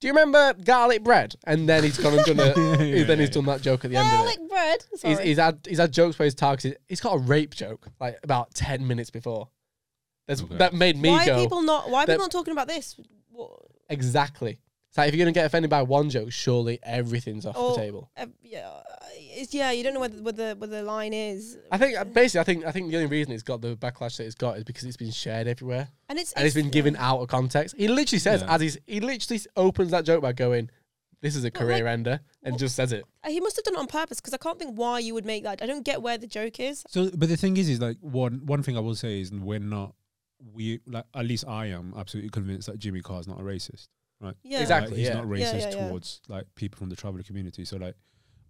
Do you remember garlic bread? And then he's gone and done a.
Yeah, yeah,
then he's
yeah.
done that joke at the end of it.
Garlic bread.
He's,
Sorry.
he's had he's had jokes where he's targeted. He's got a rape joke like about ten minutes before. That's,
Okay.
That made me
why
go
are people not? Why are
that-
people not talking about this? What,
exactly. It's like if you're gonna get offended by one joke, surely everything's off
Oh,
the table.
uh, yeah, uh, it's, yeah. You don't know where the, where the where the line is,
I think uh, basically, I think I think the only reason it's got the backlash that it's got is because it's been shared everywhere
and it's
and it's been given out of context. He literally says
Yeah.
as he's he literally s- opens that joke by going, "This is a
But,
career
like,
ender," and
what-
just says it.
Uh, He must have done it on purpose because I can't think why you would make that. I don't get where the joke is.
So, but the thing is, is like one one thing I will say is we're not we like at least I am absolutely convinced that Jimmy Carr's not a racist, right?
Yeah,
Exactly.
Like, he's
yeah.
not
Yeah,
racist
yeah, yeah.
towards like people from the traveler community. So like,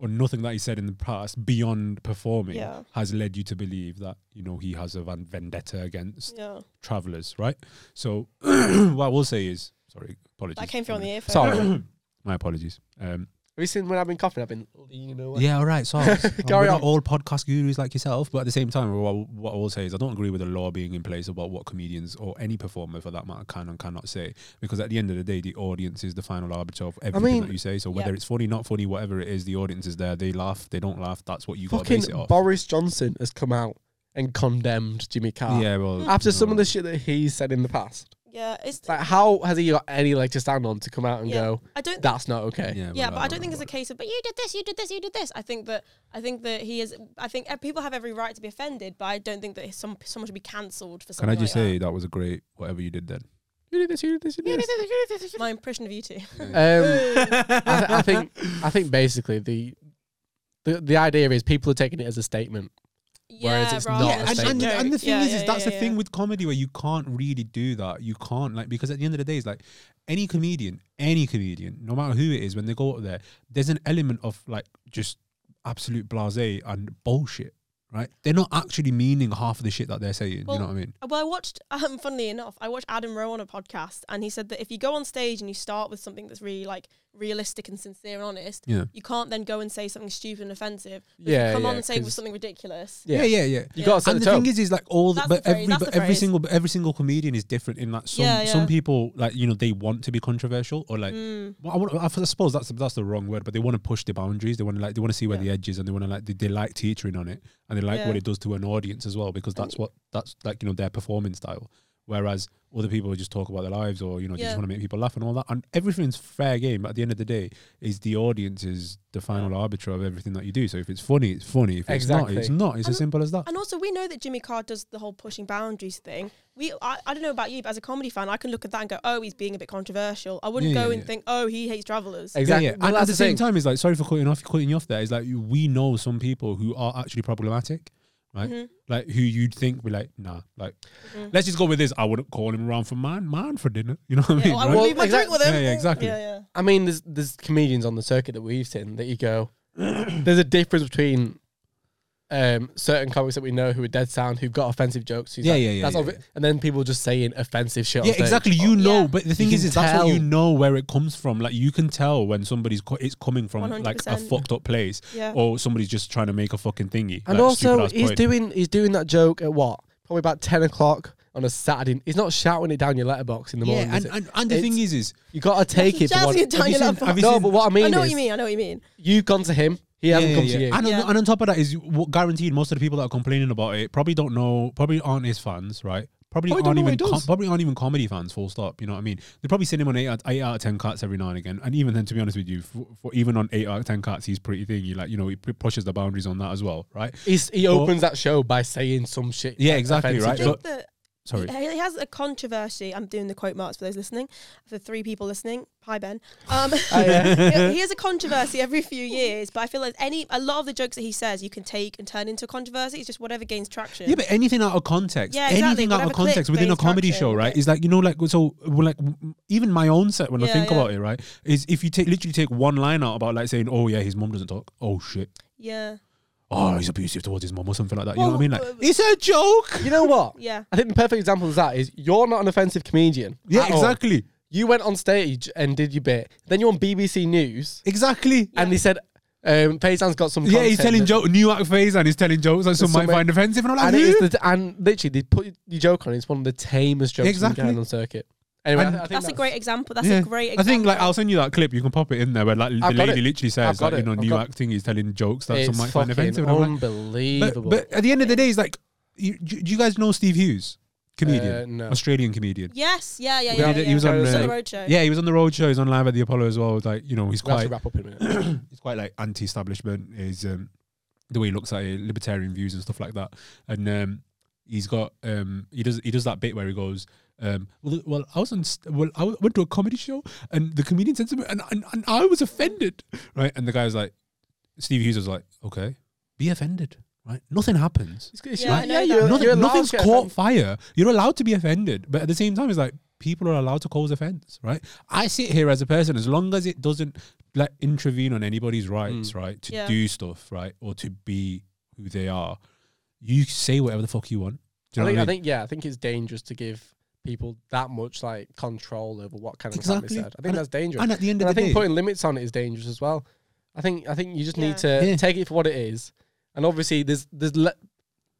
or nothing that he said in the past beyond performing
Yeah.
has led you to believe that you know he has a van- vendetta against
Yeah,
travelers, right? So what I will say is, sorry, apologies. Um,
that came through on the earphone.
Sorry. Have
My apologies. Um,
you seen when I've been coughing? I've been leaning away.
yeah, all right. So
Carry
we're
on.
not all podcast gurus like yourself, but at the same time, what, what I will say is I don't agree with the law being in place about what comedians or any performer, for that matter, can and cannot say. Because at the end of the day, the audience is the final arbiter of everything
mean-
that you say. So whether
Yeah.
it's funny, not funny, whatever it is, the audience is there. They laugh, they don't laugh. That's what you got to
Fucking
base it off.
Boris Johnson has come out and condemned Jimmy Carr
yeah, well,
after
you
some of
know.
the shit that he said in the past.
Yeah, it's.
It's like, how has he got any leg to stand on to come out and
Yeah.
go,
I don't.
"That's not okay"?
Yeah,
yeah,
well,
but I don't think
know
it's a
about
case of. But you did this. You did this. You did this. I think that. I think that he is. I think uh, people have every right to be offended, but I don't think that some someone should be cancelled for
it. Can
something.
I just
like uh,
say that. was a great whatever you did then?
You did this. You did this. You did this.
that. my impression of you two?
Um, I, th- I think I think basically the the the idea is people are taking it as a statement. Whereas
yeah,
it's
rather
not a
than
Yeah, and,
just a
and,
joke.
and the thing
Yeah,
is, is
yeah,
that's
yeah,
the
yeah.
thing with comedy where you can't really do that. You can't like because at the end of the day, it's like any comedian, any comedian, no matter who it is, when they go up there, there's an element of like just absolute blase and bullshit. Right? They're not actually meaning half of the shit that they're saying.
Well,
you know what I mean?
Uh, Well, I watched, um, funnily enough, I watched Adam Rowe on a podcast, and he said that if you go on stage and you start with something that's really like realistic and sincere and honest,
Yeah.
you can't then go and say something stupid and offensive. But if
Yeah,
you come on
yeah,
and say with
'cause-
something ridiculous.
Yeah,
Yeah.
yeah, yeah.
You
Yeah.
got to set
and
the
the
tone.
thing is, is like all, the,
That's
but
the phrase,
every,
that's
but
the
every
phrase.
single, but every single comedian is different. In like some,
Yeah,
some
yeah.
people, like you know, they want to be controversial or like
Mm.
Well, I, want, I suppose that's that's the wrong word, but they want to push the boundaries. They want to like they want to see where
Yeah.
the edge is, and they want to like they, they like teetering on it, and they like
Yeah.
what it does to an audience as well because that's what that's like you know their performance style. Whereas other people just talk about their lives or, you know, they
Yeah.
just want to make people laugh and all that. And everything's fair game. But at the end of the day, is the audience is the final arbiter of everything that you do. So if it's funny, it's funny. If it's not, it's
Exactly.
not. It's as
And-
simple as that.
And also, we know that Jimmy Carr does the whole pushing boundaries thing. We, I, I don't know about you, but as a comedy fan, I can look at that and go, "Oh, he's being a bit controversial." I wouldn't
Yeah,
go
yeah,
and
yeah.
think, "Oh, he hates travelers."
Yeah,
Exactly.
yeah. And at the same time, it's like sorry for cutting off, cutting you off. There, it's like you- we know some people who are actually problematic, right?
Mm-hmm.
Like who you'd think be like, nah, like let's just go with this. I wouldn't call him around for man, man for dinner. You know what I
Yeah,
mean?
well, I
right?
would
Well,
leave my drink
exact-
with him.
Yeah, yeah, exactly.
Yeah, yeah.
I mean, there's there's comedians on the circuit that we've seen that you go. there's a difference between um, certain comics that we know who are dead sound who've got offensive jokes. who's
Yeah,
like-
yeah, yeah,
That's
yeah,
obvi-
yeah.
And then people just saying offensive shit. on
Yeah,
stage.
exactly. You know,
yeah.
but the thing
You
is,
can
is that's what you
tell.
know where it comes from. Like you can tell when somebody's co- it's coming from like a
100%.
fucked up place,
Yeah.
or somebody's just trying to make a fucking thingy.
And
like,
also,
stupid-ass
he's
point.
doing he's doing that joke at what? Probably about ten o'clock on a Saturday. He's not shouting it down your letterbox in the
yeah,
morning. is
and,
it?
and, and the thing
It's-
is, is
you gotta take it. for
Shouting
what-
it down
Have you
your
seen-
letterbox.
have you No,
seen-
but what I
I
mean
know what
is
you mean. I know what you mean.
you've gone to him. He hasn't
Yeah,
come
yeah,
to
yeah.
you.
And,
Yeah.
on, and on top of that is you- what guaranteed most of the people that are complaining about it probably don't know, probably aren't his fans, right? Probably,
Probably don't
aren't
know what
even
he
com-
does.
probably aren't even comedy fans. Full stop. You know what I mean? They probably seen him on eight out, eight out of ten cuts every now and again. And even then, to be honest with you, for, for even on eight out of ten cuts, he's pretty thingy. Like you know, he p- pushes the boundaries on that as well, right?
He's, he
Well-
opens that show by saying some shit.
Yeah,
like,
exactly,
offensive
right?
I
shit.
But-
think that
Sorry.
he he has a controversy. I'm doing the quote marks for those listening, for three people listening. Hi Ben. Um, he he has a controversy every few years, but I feel like any a lot of the jokes that he says you can take and turn into a controversy. It's just whatever gains traction.
Yeah, but anything out of context,
Yeah, exactly.
anything out of
Whatever
context
clicks
within a
gains
comedy
traction,
show, right?
yeah.
Is like you know, like so, well, like m- even my own set when I
Yeah,
think
yeah.
about it, right? Is if you take literally take one line out about like saying, "Oh yeah, his mom doesn't talk." Oh shit.
yeah,
oh, he's abusive towards his mom or something like that. You know
Well,
what I mean? Like,
uh,
it's a joke.
You know what?
yeah.
I think the perfect example of that is you're not an offensive comedian.
Yeah,
at all.
exactly,
You went on stage and did your bit. Then you're on BBC News
exactly.
and they said, um, Paysan's got some.
Yeah, he's
content
telling
that-
joke, new act phase, and he's telling jokes that some might
Somewhere-
find offensive, and I'm like,
And, it is
"Huh?"
the, and literally, they put the joke on. It's one of the tamest jokes
Exactly.
exactly. going on circuit. Anyway, I
And-
th- I think
That's a great example. That's
Yeah.
a great
I
example.
think like I'll send you that clip. You can pop it in there where like the
I've got
lady
it.
literally
I've
says like,
got
you
it.
know
I've
new
got-
acting. He's telling jokes that some
It's
might find
fucking
offensive, and I'm like, but,
unbelievable.
but at the end of the day, it's like, you, do, do you guys know Steve Hughes, comedian,
Uh, no.
Australian comedian?
yes, yeah, yeah,
We
yeah.
did it-
yeah.
he was on,
He was on
uh,
the roadshow.
Yeah, he was on the road show. He's on live at the Apollo as well. Like, you know, he's
We'll
quite
have to wrap up in a minute.
he's quite like anti-establishment is um, the way he looks at it, libertarian views and stuff like that. And um, he's got um, he does he does that bit where he goes. Um, well, well, I was on. St- well, I w- went to a comedy show, and the comedian said something, and, and, and I was offended, right? And the guy was like, Steve Hughes was like, okay, be offended, right? Nothing happens.
It's- it's
Yeah,
right.
I know that.
you're-
Nothing,
you're allowed
nothing's
to
caught
get offended.
fire. You're allowed to be offended, but at the same time, it's like people are allowed to cause offense, right? I sit here as a person as long as it doesn't like intervene on anybody's rights,
Mm.
right, to
Yeah.
do stuff, right, or to be who they are. You say whatever the fuck you want. Do
I
you know
think,
what
I
I mean?
think, yeah, I think it's dangerous to give people that much like control over what kind of
Exactly.
exactly. said. I think
And-
that's dangerous.
and at the end
And I
of the
think
day,
putting limits on it is dangerous as well. I think I think you just
Yeah.
need to
Yeah.
take it for what it is, and obviously there's there's le-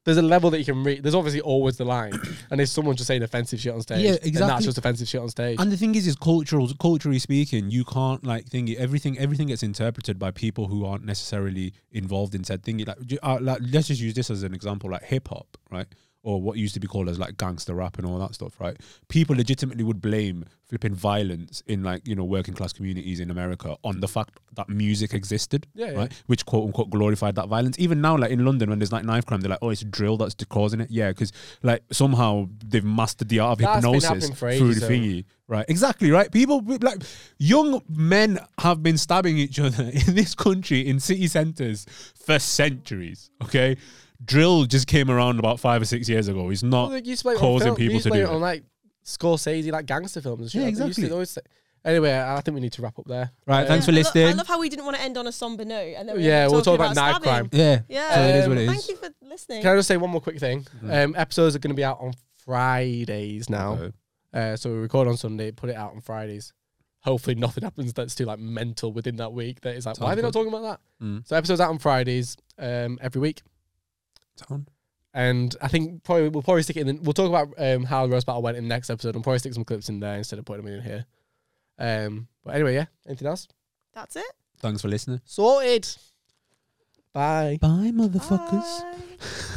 there's a level that you can reach. There's obviously always the line, and if someone's just saying offensive shit on stage,
Yeah,
yeah, then
exactly.
that's just offensive shit on stage.
And the thing is, is cultural, culturally speaking, you can't like think everything. Everything gets interpreted by people who aren't necessarily involved in said thing. Like, ju- uh, like let's just use this as an example, like hip hop, right? Or what used to be called as like gangster rap and all that stuff, right? People legitimately would blame flipping violence in like you know working class communities in America on the fact that music existed,
Yeah, yeah.
right? Which quote unquote glorified that violence. Even now, like in London, when there's like knife crime, they're like, oh, it's drill that's causing it. Yeah, because like somehow they've mastered the art of
That's been
hypnosis
happening for ages,
through the
though.
thingy, right? Exactly, right? People like young men have been stabbing each other in this country in city centers for centuries. Okay, drill just came around about five or six years ago. It's not
Well, they used to play it on
causing
film- they
people
used
to
play
do
it on
it.
like Scorsese, like gangster films and shit.
Yeah,
They used to
exactly.
always say- Anyway, I think we need to wrap up there.
right.
Uh,
thanks for
I lo- I
listening.
love how we didn't want to end on a somber note, and then we
Yeah,
ended up
we'll
talking
talk about knife
stabbing.
crime.
yeah,
Yeah.
So it is what it
Thank
is.
you for listening.
Can I just say one more quick thing? Um, episodes are going to be out on Fridays now.
Okay.
Uh, so we record on Sunday, put it out on Fridays. Hopefully, nothing happens that's too like mental within that week. That is like, why are they not talking about that?
Mm.
So episodes out on Fridays um, every week,
Sound?
and I think probably we'll probably stick it in. The, we'll talk about um, how the roast battle went in the next episode, and probably stick some clips in there instead of putting them in here. Um, but anyway, yeah. Anything else?
That's it.
Thanks for listening.
Sorted. Bye.
Bye, motherfuckers.
Bye.